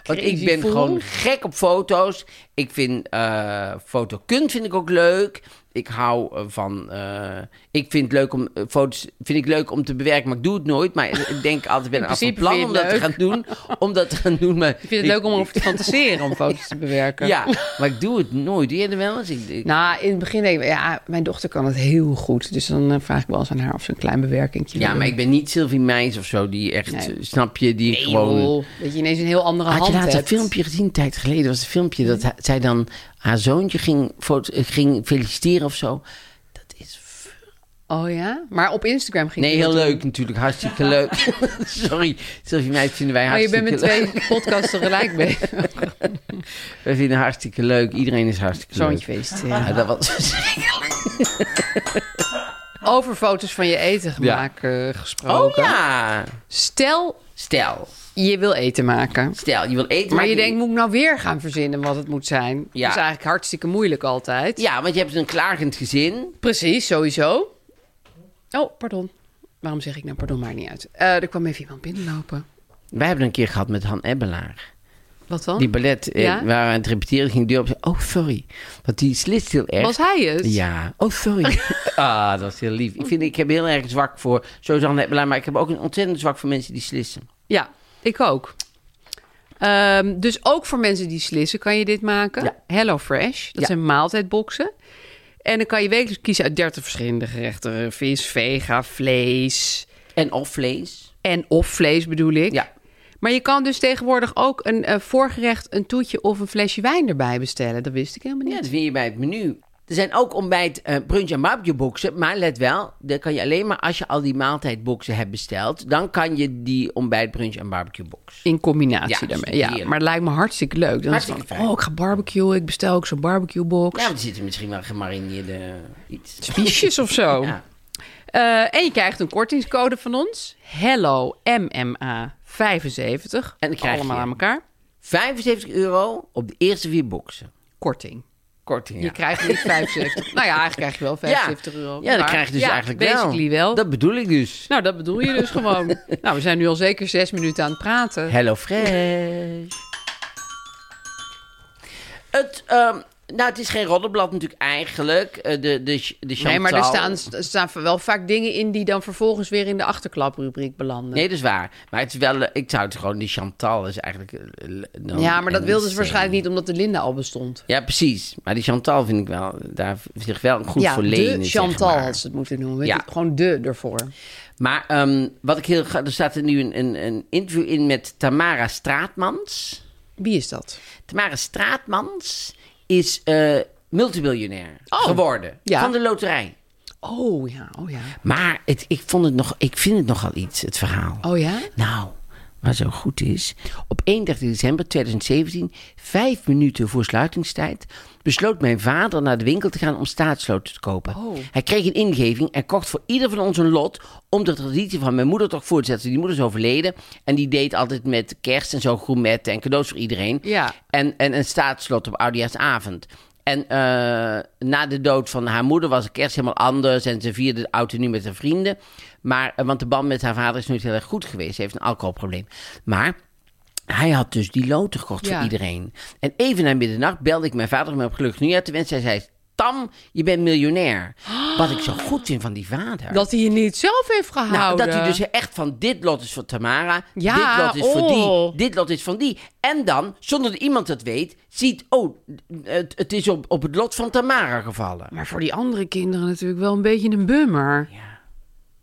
C: Want ik
B: Crazy
C: ben
B: fool.
C: gewoon gek op foto's. Ik vind eh fotokunst vind ik ook leuk. Ik hou eh, van. eh, ik vind het leuk om eh, foto's vind ik leuk om te bewerken, maar ik doe het nooit. Maar ik denk altijd ben af van
B: principe
C: plan
B: vind
C: om
B: je
C: dat
B: het
C: te gaan doen. Om dat te gaan doen. Maar
B: Ik vind het leuk om over te fantaseren, om foto's te bewerken.
C: Ja, maar ik doe het nooit. Doe jij er wel eens? Ik, ik-
B: Nou, in het begin denk ik, ja, mijn dochter kan het heel goed. Dus dan eh, vraag ik wel eens aan haar of ze een klein bewerking
C: ja, maar ik ben niet Sylvie Meijs of zo. Die echt,
B: Nee.
C: eh, snap je, die
B: Nee,
C: gewoon.
B: joh, Dat je ineens een heel andere
C: Had
B: hand
C: je laatst een
B: hebt.
C: filmpje gezien, een tijd geleden, was het een filmpje dat
B: Mm.
C: hij- zij dan haar zoontje ging, foto- eh, ging feliciteren of zo. Dat is...
B: Oh ja? Maar op Instagram ging
C: Nee,
B: je
C: heel
B: dat
C: leuk
B: doen.
C: natuurlijk, hartstikke leuk. Sorry, Sylvie Meid vinden wij
B: Maar Oh, je
C: hartstikke
B: bent met
C: leuk.
B: twee podcasts tegelijk bezig.
C: Wij vinden het hartstikke leuk, iedereen is hartstikke
B: Zoontje
C: leuk.
B: feliciteren.
C: Ja, dat was...
B: Over foto's van je eten maken eh,
C: Oh
B: gesproken.
C: ja!
B: Stel,
C: Stel,
B: je wil eten maken.
C: stel, je wil eten
B: Maar je
C: maken.
B: denkt, moet ik nou weer gaan verzinnen wat het moet zijn? Dat is eigenlijk hartstikke moeilijk altijd.
C: Ja, want je hebt een klagend gezin.
B: Precies, sowieso. Oh, pardon. Waarom zeg ik nou pardon maar niet uit? Eh, er kwam even iemand binnenlopen.
C: Wij hebben een keer gehad met Han Ebbelaar.
B: Wat dan?
C: Die ballet, eh,
B: Oh. Ja?
C: waar we aan het repeteren ging de deur op. Oh, sorry. Want die slist heel erg.
B: Was hij het?
C: Ja. Oh, sorry. ah, dat is heel lief. Ik, vind, ik heb heel erg zwak voor Suzanne Hebbelaar, maar ik heb ook een ontzettend zwak voor mensen die slissen.
B: Ja, ik ook. Ehm, dus ook voor mensen die slissen kan je dit maken.
C: Ja.
B: Hello Fresh, dat
C: Ja.
B: zijn maaltijdboxen. En dan kan je wekelijks kiezen uit 30 verschillende gerechten. Eh, Vis, vega, vlees
C: En of vlees.
B: en of vlees bedoel ik.
C: Ja.
B: Maar je kan dus tegenwoordig ook een eh, voorgerecht, een toetje of een flesje wijn erbij bestellen. Dat wist ik helemaal
C: Ja,
B: niet.
C: dat vind je bij het menu. Er zijn ook ontbijt, eh, brunch en barbecueboxen. Maar let wel, dat kan je alleen maar als je al die maaltijdboxen hebt besteld. Dan kan je die ontbijt, brunch en barbecuebox.
B: In combinatie
C: Ja,
B: daarmee.
C: die,
B: Ja,
C: eh,
B: maar het lijkt me hartstikke leuk. Dan
C: Hartstikke
B: is het van,
C: fijn.
B: oh, ik ga barbecuen. Ik bestel ook zo'n barbecuebox.
C: Ja, want er zitten misschien wel gemarineerde iets.
B: Spiesjes of zo.
C: Ja.
B: Eh, en je krijgt een kortingscode van ons. Hello MMA 75.
C: En dan krijg
B: Allemaal
C: je-
B: aan elkaar.
C: 75 euro op de eerste vier boxen.
B: Korting.
C: Korting, ja.
B: Je krijgt niet 75. nou ja, eigenlijk krijg je wel 75
C: ja.
B: euro.
C: Ja, dat
B: Maar-
C: krijg je dus
B: ja,
C: eigenlijk
B: basically wel.
C: Dat bedoel ik dus.
B: Nou, dat bedoel je dus gewoon. nou, we zijn nu al zeker zes minuten aan het praten.
C: Hello Fresh. Het, ehm, nou, het is geen roddelblad natuurlijk eigenlijk. Eh, De, de, de Chantal.
B: Nee, maar er staan, er staan wel vaak dingen in die dan vervolgens weer in de achterklaprubriek belanden.
C: Nee, dat is waar. Maar het is wel... eh, Ik zou het gewoon... Die Chantal is eigenlijk... eh, l- dan
B: ja, maar dat
C: een
B: wilden ze
C: scene.
B: waarschijnlijk niet omdat de Linda al bestond.
C: Ja, precies. Maar die Chantal vind ik wel... Daar zich wel goed
B: ja,
C: voor lenen,
B: de
C: zeg
B: Chantal
C: maar.
B: had ze het moeten noemen. weet
C: Ja.
B: je. Gewoon de ervoor.
C: Maar ehm, wat ik heel... ga- Er staat er nu een, een, een interview in met Tamara Straatmans.
B: Wie is dat?
C: Tamara Straatmans is eh multimiljonair geworden.
B: Oh. ja.
C: Van de loterij.
B: Oh ja, oh ja.
C: Maar het, ik, vond het nog, ik vind het nogal iets, het verhaal.
B: Oh ja?
C: Nou, wat zo goed is. Op 31 december 2017, vijf minuten voor sluitingstijd, besloot mijn vader naar de winkel te gaan om staatsloten te kopen.
B: Oh.
C: Hij kreeg een ingeving en kocht voor ieder van ons een lot om de traditie van mijn moeder toch voor te zetten. Die moeder is overleden en die deed altijd met kerst en zo gourmetten en cadeaus voor iedereen.
B: Ja.
C: En, en een staatslot op oudejaarsavond. En eh, na de dood van haar moeder was kerst helemaal anders. En ze vierde de auto nu met haar vrienden. Maar, eh, want de band met haar vader is nooit heel erg goed geweest. Ze heeft een alcoholprobleem. Maar hij had dus die loten gekocht
B: Ja.
C: voor iedereen. En even na middernacht belde ik mijn vader om hem op gelukkig nieuwjaar te wensen. Hij zei, Tam, je bent miljonair. Wat ik zo goed vind van die vader.
B: Dat hij je niet zelf heeft
C: Nou,
B: gehouden.
C: dat hij dus echt van dit lot is voor Tamara,
B: Ja,
C: dit lot is voor
B: oh.
C: die, dit lot is van die. En dan, zonder dat iemand dat weet, ziet, oh, het, het is op, op het lot van Tamara gevallen.
B: Maar voor die andere kinderen natuurlijk wel een beetje een bummer.
C: Ja.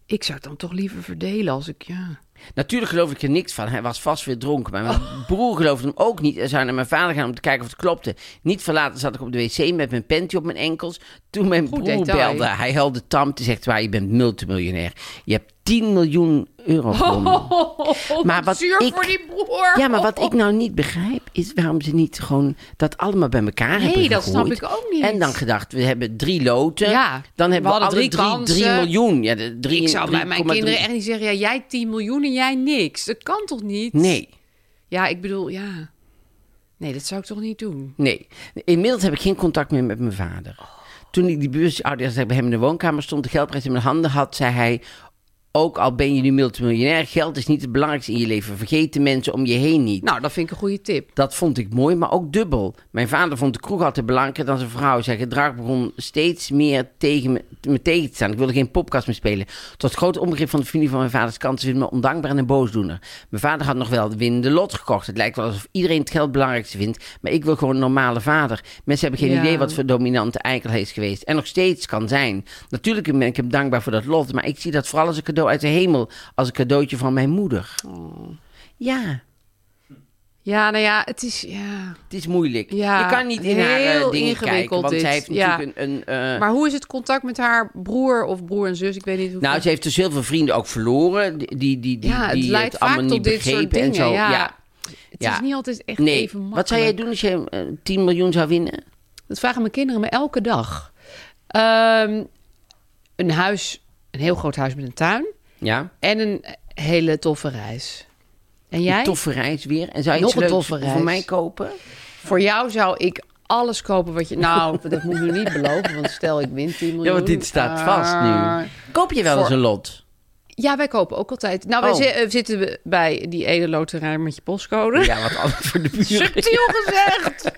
B: Ik zou het dan toch liever verdelen als ik... Ja.
C: Natuurlijk geloof ik er niks van. Hij was vast weer dronken. Maar mijn
B: Oh.
C: broer geloofde hem ook niet. Hij zou naar mijn vader gaan om te kijken of het klopte. Niet verlaten zat ik op de wc met mijn panty op mijn enkels. Toen mijn
B: Goed
C: broer
B: detail.
C: belde, hij huilde tam. Toen zegt waar je bent multimiljonair. Je hebt 10 miljoen euro
B: Oh.
C: gewonnen. Maar wat
B: zuur
C: ik-
B: voor die broer.
C: Ja, maar wat ik nou niet begrijp, is waarom ze niet gewoon dat allemaal bij elkaar hebben
B: Nee, dat
C: gegooid.
B: snap ik ook niet.
C: En dan gedacht, we hebben drie loten.
B: Ja,
C: dan hebben
B: we
C: we, alle
B: hadden
C: drie,
B: drie
C: drie,
B: kansen.
C: miljoen. Ja, de drie,
B: Ik zou bij mijn
C: 3,3.
B: kinderen echt niet zeggen... Ja, jij 10 miljoen en jij niks. Dat kan toch niet?
C: Nee.
B: Ja, ik bedoel, ja. Nee, dat zou ik toch niet doen?
C: Nee. Inmiddels heb ik geen contact meer met mijn vader. Toen ik die bewustouder bij hem in de woonkamer stond, de geldprijs in mijn handen had, zei hij. Ook al ben je nu multimiljonair, geld is niet het belangrijkste in je leven. Vergeet de mensen om je heen niet.
B: Nou, dat vind ik een goede tip.
C: Dat vond ik mooi, maar ook dubbel. Mijn vader vond de kroeg altijd belangrijker dan zijn vrouw. Zijn gedrag begon steeds meer tegen me, me tegen te staan. Ik wilde geen popkast meer spelen. Tot groot onbegrip van de familie van mijn vaders kant. Ze vinden me ondankbaar en een boosdoener. Mijn vader had nog wel de winnende lot gekocht. Het lijkt wel alsof iedereen het geld het belangrijkste vindt. Maar ik wil gewoon een normale vader. Mensen hebben geen
B: Ja.
C: idee wat voor dominante eikel hij is geweest. En nog steeds kan zijn. Natuurlijk ben ik hem dankbaar voor dat lot. Maar ik zie dat vooral als een cadeau uit de hemel. Als een cadeautje van mijn moeder. Ja.
B: Ja, nou ja, het is... Ja.
C: Het is moeilijk.
B: Ja,
C: je kan niet in haar eh,
B: heel
C: dingen
B: ingewikkeld
C: kijken, want
B: dit.
C: zij heeft
B: Ja.
C: natuurlijk een... een eh,
B: Maar hoe is het contact met haar broer of broer en zus? Ik weet niet hoe...
C: nou, ze heeft dus heel veel vrienden ook verloren. Die, die, die, die
B: ja, het
C: die
B: leidt
C: het
B: vaak
C: allemaal
B: tot
C: niet
B: dit
C: begrepen
B: soort dingen.
C: en zo.
B: ja.
C: ja.
B: Het
C: Ja.
B: is niet altijd echt
C: Nee,
B: even makkelijk.
C: wat zou jij doen als je eh, 10 miljoen zou winnen?
B: Dat vragen mijn kinderen me elke dag. Ehm, een huis, een heel groot huis met een tuin.
C: Ja,
B: En een hele toffe reis. En jij?
C: een toffe reis weer. En zou je
B: Nog
C: iets
B: een
C: leuks
B: toffe
C: voor
B: reis.
C: mij kopen?
B: Voor jou zou ik alles kopen wat je... Nou, dat moet ik nu niet beloven, want stel ik win 10 miljoen.
C: Ja, want dit staat vast
B: Eh,
C: nu. Ah. Koop je wel eens een lot?
B: Ja, wij kopen ook altijd. Nou, wij
C: Oh.
B: zi- eh, zitten bij die ene loterij met je postcode.
C: Ja, wat anders voor de buurt.
B: Subtiel gezegd.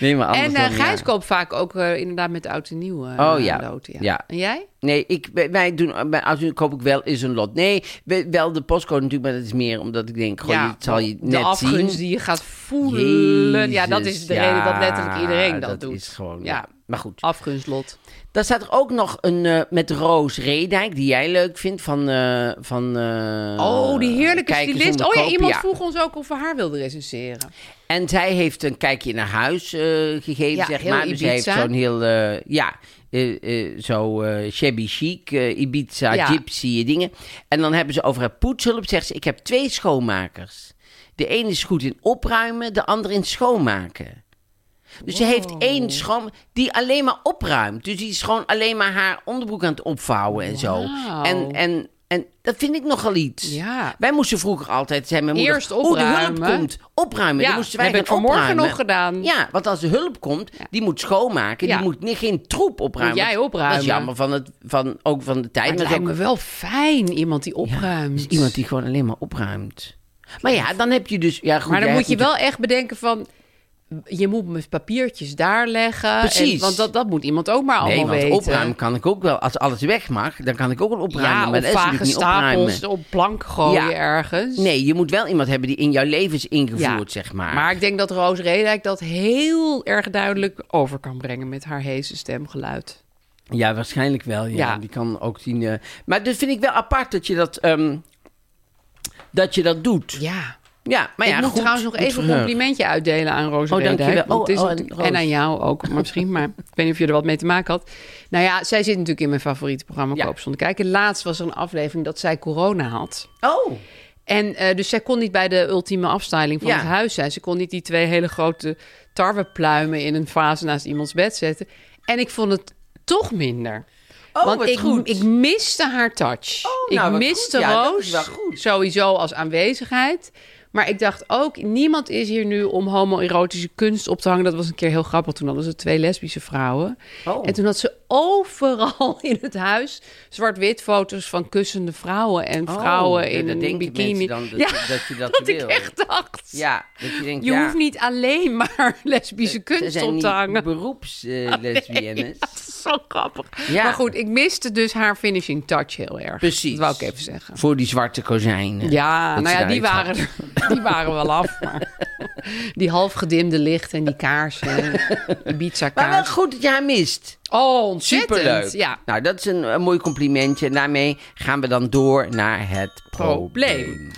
C: Nee, maar anders
B: en
C: dan,
B: eh
C: ja.
B: Gijs koopt vaak ook eh, inderdaad met oud en nieuw eh,
C: Oh, ja.
B: loten,
C: Ja.
B: En jij?
C: Nee, ik, wij wij doen, bij Oud en Nieuw koop ik wel eens een lot. Nee, we- wel de postcode natuurlijk, maar dat is meer omdat ik denk, gewoon, het zal je
B: de
C: net zien.
B: afgunst die je gaat voelen. ja, dat is de
C: Jezus,
B: reden dat letterlijk
C: ja,
B: iedereen dat,
C: dat
B: doet.
C: is gewoon, ja.
B: ja.
C: Maar goed.
B: Afgunstlot.
C: Dan staat er ook nog een eh, met Roos Redijk, die jij leuk vindt, van... eh, van eh,
B: Oh, die heerlijke
C: Kijkers
B: stylist.
C: zonder
B: Oh ja,
C: koop,
B: iemand vroeg ons ook of we haar wilden recenseren.
C: En zij heeft een kijkje naar huis eh, gegeven,
B: Ja,
C: zeg
B: heel
C: maar. Dus zij heeft
B: Ibiza.
C: zo'n heel, eh, ja, eh, eh, zo eh, shabby chic, eh, Ibiza,
B: Ja.
C: gypsy eh, dingen. En dan hebben ze over haar poetshulp, zegt ze, ik heb twee schoonmakers. De ene is goed in opruimen, de andere in schoonmaken. Dus ze heeft één schoon die alleen maar opruimt. Dus die is gewoon alleen maar haar onderbroek aan het opvouwen en zo.
B: Wauw.
C: En, en, en dat vind ik nogal iets.
B: Ja.
C: Wij moesten vroeger altijd zijn mijn moeder,
B: Eerst
C: "Oh, de hulp
B: opruimen."
C: komt, opruimen.
B: Ja,
C: Dan moesten wij
B: heb ik
C: gaan
B: vanmorgen
C: opruimen.
B: nog gedaan.
C: Ja, want als de hulp komt, die moet schoonmaken.
B: Ja.
C: Die moet niet, geen troep opruimen.
B: Moet jij
C: Want Dat
B: opruimen.
C: is jammer van het, van, ook van de tijd.
B: Maar het
C: is
B: lijkt me
C: ook-
B: wel fijn, iemand die opruimt.
C: is iemand die gewoon alleen maar opruimt. Maar ja, dan heb je dus... Ja, goed,
B: maar dan
C: jij
B: moet je
C: hebt
B: wel echt bedenken van... Je moet mijn papiertjes daar leggen.
C: Precies.
B: En, want dat, dat moet iemand ook maar allemaal
C: Nee, want
B: weten.
C: opruimen kan ik ook wel. Als alles weg mag, dan kan ik ook wel opruimen.
B: Ja,
C: maar
B: of
C: dat is natuurlijk
B: vage
C: niet opruimen.
B: stapels op plank gooien
C: Ja.
B: ergens.
C: Nee, je moet wel iemand hebben die in jouw leven is
B: Ja.
C: ingevoerd, zeg maar.
B: Maar ik denk dat Roos Redijk dat heel erg duidelijk over kan brengen met haar heese stemgeluid.
C: Ja, waarschijnlijk wel. Ja.
B: Ja.
C: Die kan ook zien. eh, Maar dat vind ik wel apart dat je dat, ehm, dat, je dat doet. Ja,
B: Ja.
C: maar ja,
B: ik moet
C: goed,
B: trouwens nog
C: goed
B: even
C: voor
B: een
C: haar.
B: complimentje uitdelen aan Roos
C: Oh,
B: Redijk,
C: dankjewel.
B: want het
C: Oh,
B: is
C: oh,
B: natu-
C: en
B: en,
C: Roos.
B: aan jou ook, maar misschien. Maar ik weet niet of je er wat mee te maken had. Nou ja, zij zit natuurlijk in mijn favoriete programma
C: Ja.
B: Koop zonder kijken. Laatst was er een aflevering dat zij corona had.
C: Oh,
B: En eh, dus zij kon niet bij de ultieme afstyling van
C: Ja.
B: het huis zijn. Ze kon niet die twee hele grote tarwepluimen in een vaas naast iemands bed zetten. En ik vond het toch minder.
C: Oh,
B: Want
C: wat
B: ik,
C: goed.
B: ik miste haar touch.
C: Oh, nou,
B: ik
C: wat
B: miste
C: goed. Ja, dat
B: Roos
C: is wel goed.
B: sowieso als aanwezigheid. Maar ik dacht ook, niemand is hier nu om homoerotische kunst op te hangen. Dat was een keer heel grappig. Toen hadden ze twee lesbische vrouwen.
C: Oh.
B: En toen had ze overal in het huis zwart-wit foto's van kussende vrouwen. En
C: Oh,
B: vrouwen
C: ja,
B: in
C: dat
B: een
C: denken
B: bikini.
C: mensen dan dat- dat je dat wil.
B: ik echt dacht.
C: ja. Dat je denkt,
B: Je
C: ja,
B: hoeft niet alleen maar lesbische
C: ze
B: kunst
C: zijn
B: op
C: niet
B: te hangen.
C: beroepslesbiennes.
B: Ja, dat is zo grappig.
C: Ja.
B: Maar goed, ik miste dus haar finishing touch heel erg.
C: Precies.
B: Dat wou ik even zeggen.
C: Voor die zwarte kozijnen.
B: Ja,
C: Dat ze
B: nou ja,
C: daar
B: die
C: iets
B: waren,
C: had.
B: die waren wel af. Maar die half gedimde lichten en die kaarsen. Ibiza
C: Maar wel
B: kaars.
C: goed dat je haar mist.
B: Oh, ontzettend.
C: Superleuk.
B: Ja.
C: Nou, dat is een, een mooi complimentje. En daarmee gaan we dan door naar het probleem.
B: Probleem.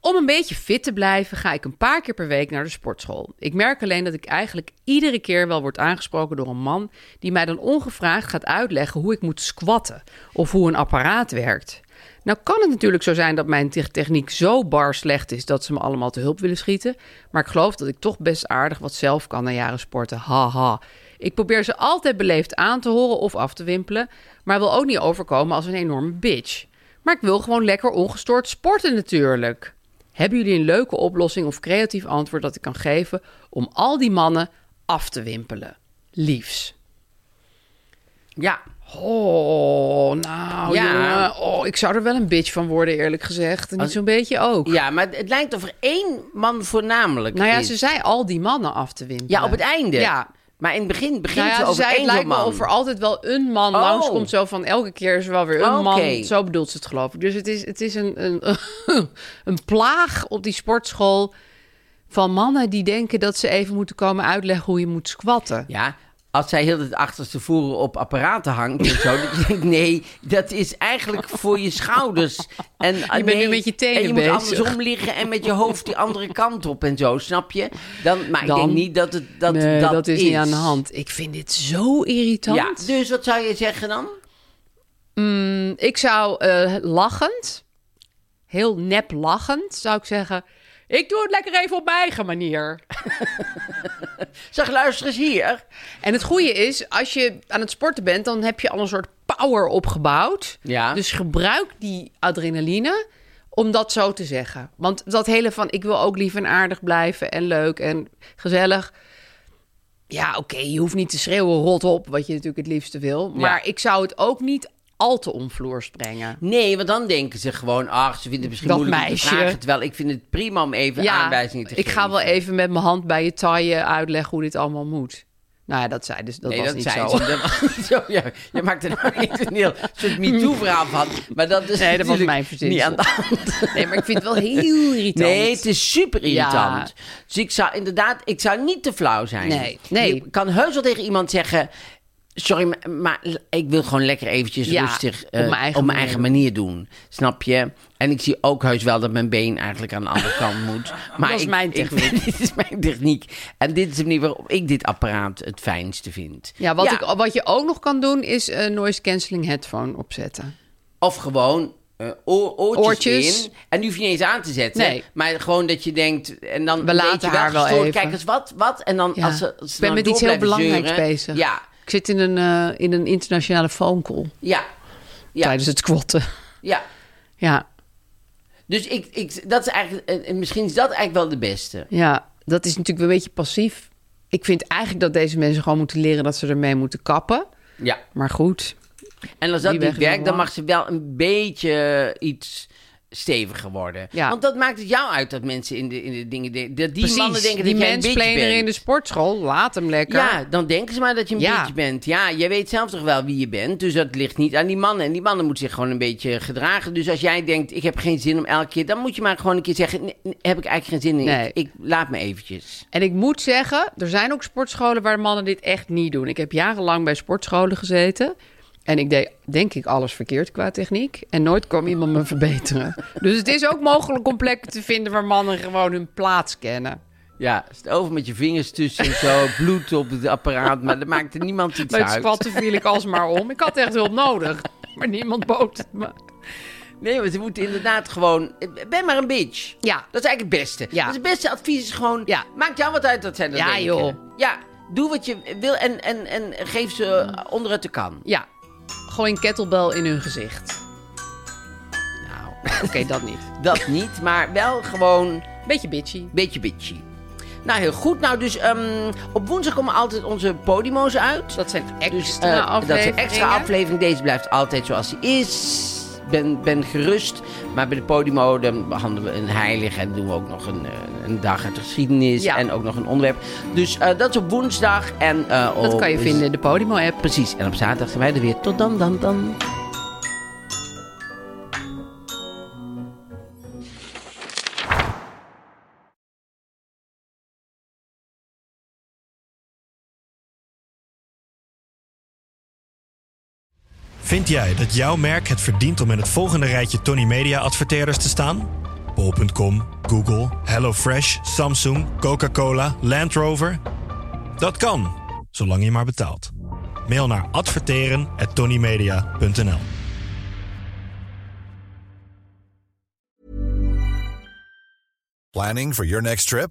B: Om een beetje fit te blijven ga ik een paar keer per week naar de sportschool. Ik merk alleen dat ik eigenlijk iedere keer wel word aangesproken door een man die mij dan ongevraagd gaat uitleggen hoe ik moet squatten of hoe een apparaat werkt. Nou kan het natuurlijk zo zijn dat mijn te- techniek zo bar slecht is dat ze me allemaal te hulp willen schieten, maar ik geloof dat ik toch best aardig wat zelf kan na jaren sporten. Haha. Ik probeer ze altijd beleefd aan te horen of af te wimpelen, maar wil ook niet overkomen als een enorme bitch. Maar ik wil gewoon lekker ongestoord sporten natuurlijk. Hebben jullie een leuke oplossing of creatief antwoord dat ik kan geven om al die mannen af te wimpelen? Liefs.
C: Ja.
B: Oh, nou
C: Ja.
B: jongen. Oh, ik zou er wel een bitch van worden eerlijk gezegd. En niet zo'n beetje ook.
C: ja, maar het lijkt of er één man voornamelijk
B: nou ja,
C: is.
B: ze zei al die mannen af te wimpelen.
C: Ja, op het einde.
B: Ja.
C: Maar in het begin begint
B: Nou ja,
C: ze
B: ze
C: over
B: zei, het
C: één
B: lijkt
C: man.
B: me of er altijd wel een man
C: Oh.
B: langskomt. Zo van, elke keer is er wel weer een
C: Oké.
B: man. Zo bedoelt ze het geloof ik. Dus het is, het is een, een, een plaag op die sportschool van mannen die denken dat ze even moeten komen uitleggen hoe je moet squatten.
C: Ja, als zij heel het achterste voeren op apparaten hangt en zo. dat je denkt, nee, dat is eigenlijk voor je schouders. En, je
B: bent nu met je tenen
C: En je moet
B: bezig.
C: andersom liggen en met je hoofd die andere kant op en zo, snap je? Dan, maar
B: Dan-
C: ik denk niet dat het dat,
B: nee, dat, is,
C: is
B: niet aan de hand. Ik vind dit zo irritant.
C: Ja, dus wat zou je zeggen dan?
B: Dus Ik zou eh, lachend, heel nep lachend, zou ik zeggen... Ik doe het lekker even op mijn eigen manier.
C: Zeg, luister eens hier.
B: En het goede is, als je aan het sporten bent, dan heb je al een soort power opgebouwd.
C: Ja.
B: Dus gebruik die adrenaline om dat zo te zeggen. Want dat hele van ik wil ook lief en aardig blijven en leuk en gezellig. Ja, oké, je hoeft niet te schreeuwen rot op, wat je natuurlijk het liefste wil. Maar ik zou het ook niet al te omvloers brengen.
C: Nee, want dan denken ze gewoon, ach, ze vinden het misschien
B: Dat
C: moeilijk
B: meisje.
C: om te vragen. Terwijl ik vind het prima om even aanwijzingen te
B: ik
C: geven.
B: ga wel even met mijn hand bij je taille uitleggen hoe dit allemaal moet. Nou ja, dat zei dus dat was
C: nee, dat
B: niet
C: zei
B: zo.
C: ze. Dat was niet zo. Ja, je maakt er nou niet een heel soort MeToo-verhaal van. Maar dat is
B: Nee, dat was
C: natuurlijk
B: mijn verzinsel.
C: Niet aan de hand.
B: Nee, maar ik vind het wel heel irritant.
C: Nee, het is super irritant.
B: Ja.
C: Dus ik zou inderdaad, ik zou niet te flauw zijn.
B: Nee, nee.
C: Je kan heus wel tegen iemand zeggen... Sorry, maar, maar ik wil gewoon lekker eventjes
B: Ja,
C: rustig
B: op
C: eh,
B: mijn eigen
C: op mijn eigen
B: manier.
C: manier doen. Snap je? En ik zie ook heus wel dat mijn been eigenlijk aan de andere kant moet. Maar
B: Dat is
C: ik-
B: mijn
C: ik-
B: techniek.
C: dit is mijn techniek. En dit is de manier waarop ik dit apparaat het fijnste vind.
B: Ja, wat, Ik, wat je ook nog kan doen is een noise cancelling headphone opzetten.
C: Of gewoon eh, oor- oortjes,
B: Oortjes.
C: in. En die hoef je niet eens aan te zetten.
B: Nee.
C: Maar gewoon dat je denkt... En dan
B: We
C: een
B: laten
C: beetje
B: haar wel
C: gestoord.
B: even.
C: Kijk eens, wat? wat? En dan
B: Ja.
C: als ze, als ze
B: ik ben
C: dan
B: met
C: door
B: iets heel
C: blijven
B: belangrijks
C: zeuren.
B: bezig.
C: Ja,
B: Ik zit in een, eh, in een internationale phone call
C: ja, ja,
B: tijdens het squatten.
C: ja.
B: Ja,
C: Dus ik, ik, dat is eigenlijk, eh, eh, misschien is dat eigenlijk wel de beste.
B: ja, dat is natuurlijk een beetje passief. Ik vind eigenlijk dat deze mensen gewoon moeten leren dat ze ermee moeten kappen.
C: Ja.
B: Maar goed,
C: En als dat
B: Die weg
C: niet
B: is nog
C: werkt, dan
B: lang.
C: mag ze wel een beetje iets steviger worden.
B: Ja.
C: Want dat maakt het jou uit dat mensen in de, in de dingen denken. Dat die
B: precies,
C: mannen denken
B: die
C: dat jij een bitch
B: mansplainer
C: bent.
B: in de sportschool, laat hem lekker.
C: Ja, dan denken ze maar dat je een
B: Ja.
C: bitch bent. Ja, je weet zelf toch wel wie je bent. Dus dat ligt niet aan die mannen. En die mannen moeten zich gewoon een beetje gedragen. Dus als jij denkt, ik heb geen zin om elke keer... dan moet je maar gewoon een keer zeggen... "Nee, nee, heb ik eigenlijk geen zin in.
B: Nee.
C: Ik, ik laat me eventjes.
B: En ik moet zeggen, er zijn ook sportscholen waar mannen dit echt niet doen. Ik heb jarenlang bij sportscholen gezeten. En ik deed, denk ik, alles verkeerd qua techniek. En nooit kwam iemand me verbeteren. Dus het is ook mogelijk om plekken te vinden waar mannen gewoon hun plaats kennen.
C: Ja, is het over met je vingers tussen en zo. Bloed op het apparaat. Maar dat maakt er niemand iets
B: Bij het
C: uit.
B: squatten viel ik alsmaar om. Ik had echt hulp nodig. Maar niemand bood het me.
C: Nee, maar ze moeten inderdaad gewoon... Ben maar een bitch.
B: Ja.
C: Dat is eigenlijk het beste.
B: Ja.
C: Dat is het beste advies is gewoon...
B: Ja.
C: Maakt jou wat uit dat zij dat
B: Ja,
C: denken.
B: joh.
C: Ja, doe wat je wil en, en, en geef ze eh, onder het te kan.
B: Ja, gooi een kettlebell in hun gezicht. Nou, oké, dat niet.
C: Dat niet, maar wel gewoon een
B: Beetje bitchy.
C: beetje bitchy. Nou, heel goed. Nou, dus ehm, op woensdag komen altijd onze podimo's uit.
B: Dat zijn extra
C: Dus, eh,
B: afleveringen.
C: Dat is een extra aflevering. Deze blijft altijd zoals die is. Ben, ben gerust. Maar bij de Podimo dan behandelen we een heilige. En doen we ook nog een, eh, een dag uit de geschiedenis.
B: Ja.
C: En ook nog een onderwerp. Dus eh, dat is op woensdag. En, eh,
B: Dat
C: op-
B: kan je
C: is-
B: vinden in de Podimo-app.
C: Precies. En op zaterdag zijn wij er weer. Tot dan, dan, dan.
E: Vind jij dat jouw merk het verdient om in het volgende rijtje Tony Media adverteerders te staan? Bol.com, Google, HelloFresh, Samsung, Coca-Cola, Land Rover? Dat kan, zolang je maar betaalt. Mail naar adverteren@tonymedia.nl.
F: Planning for your next trip?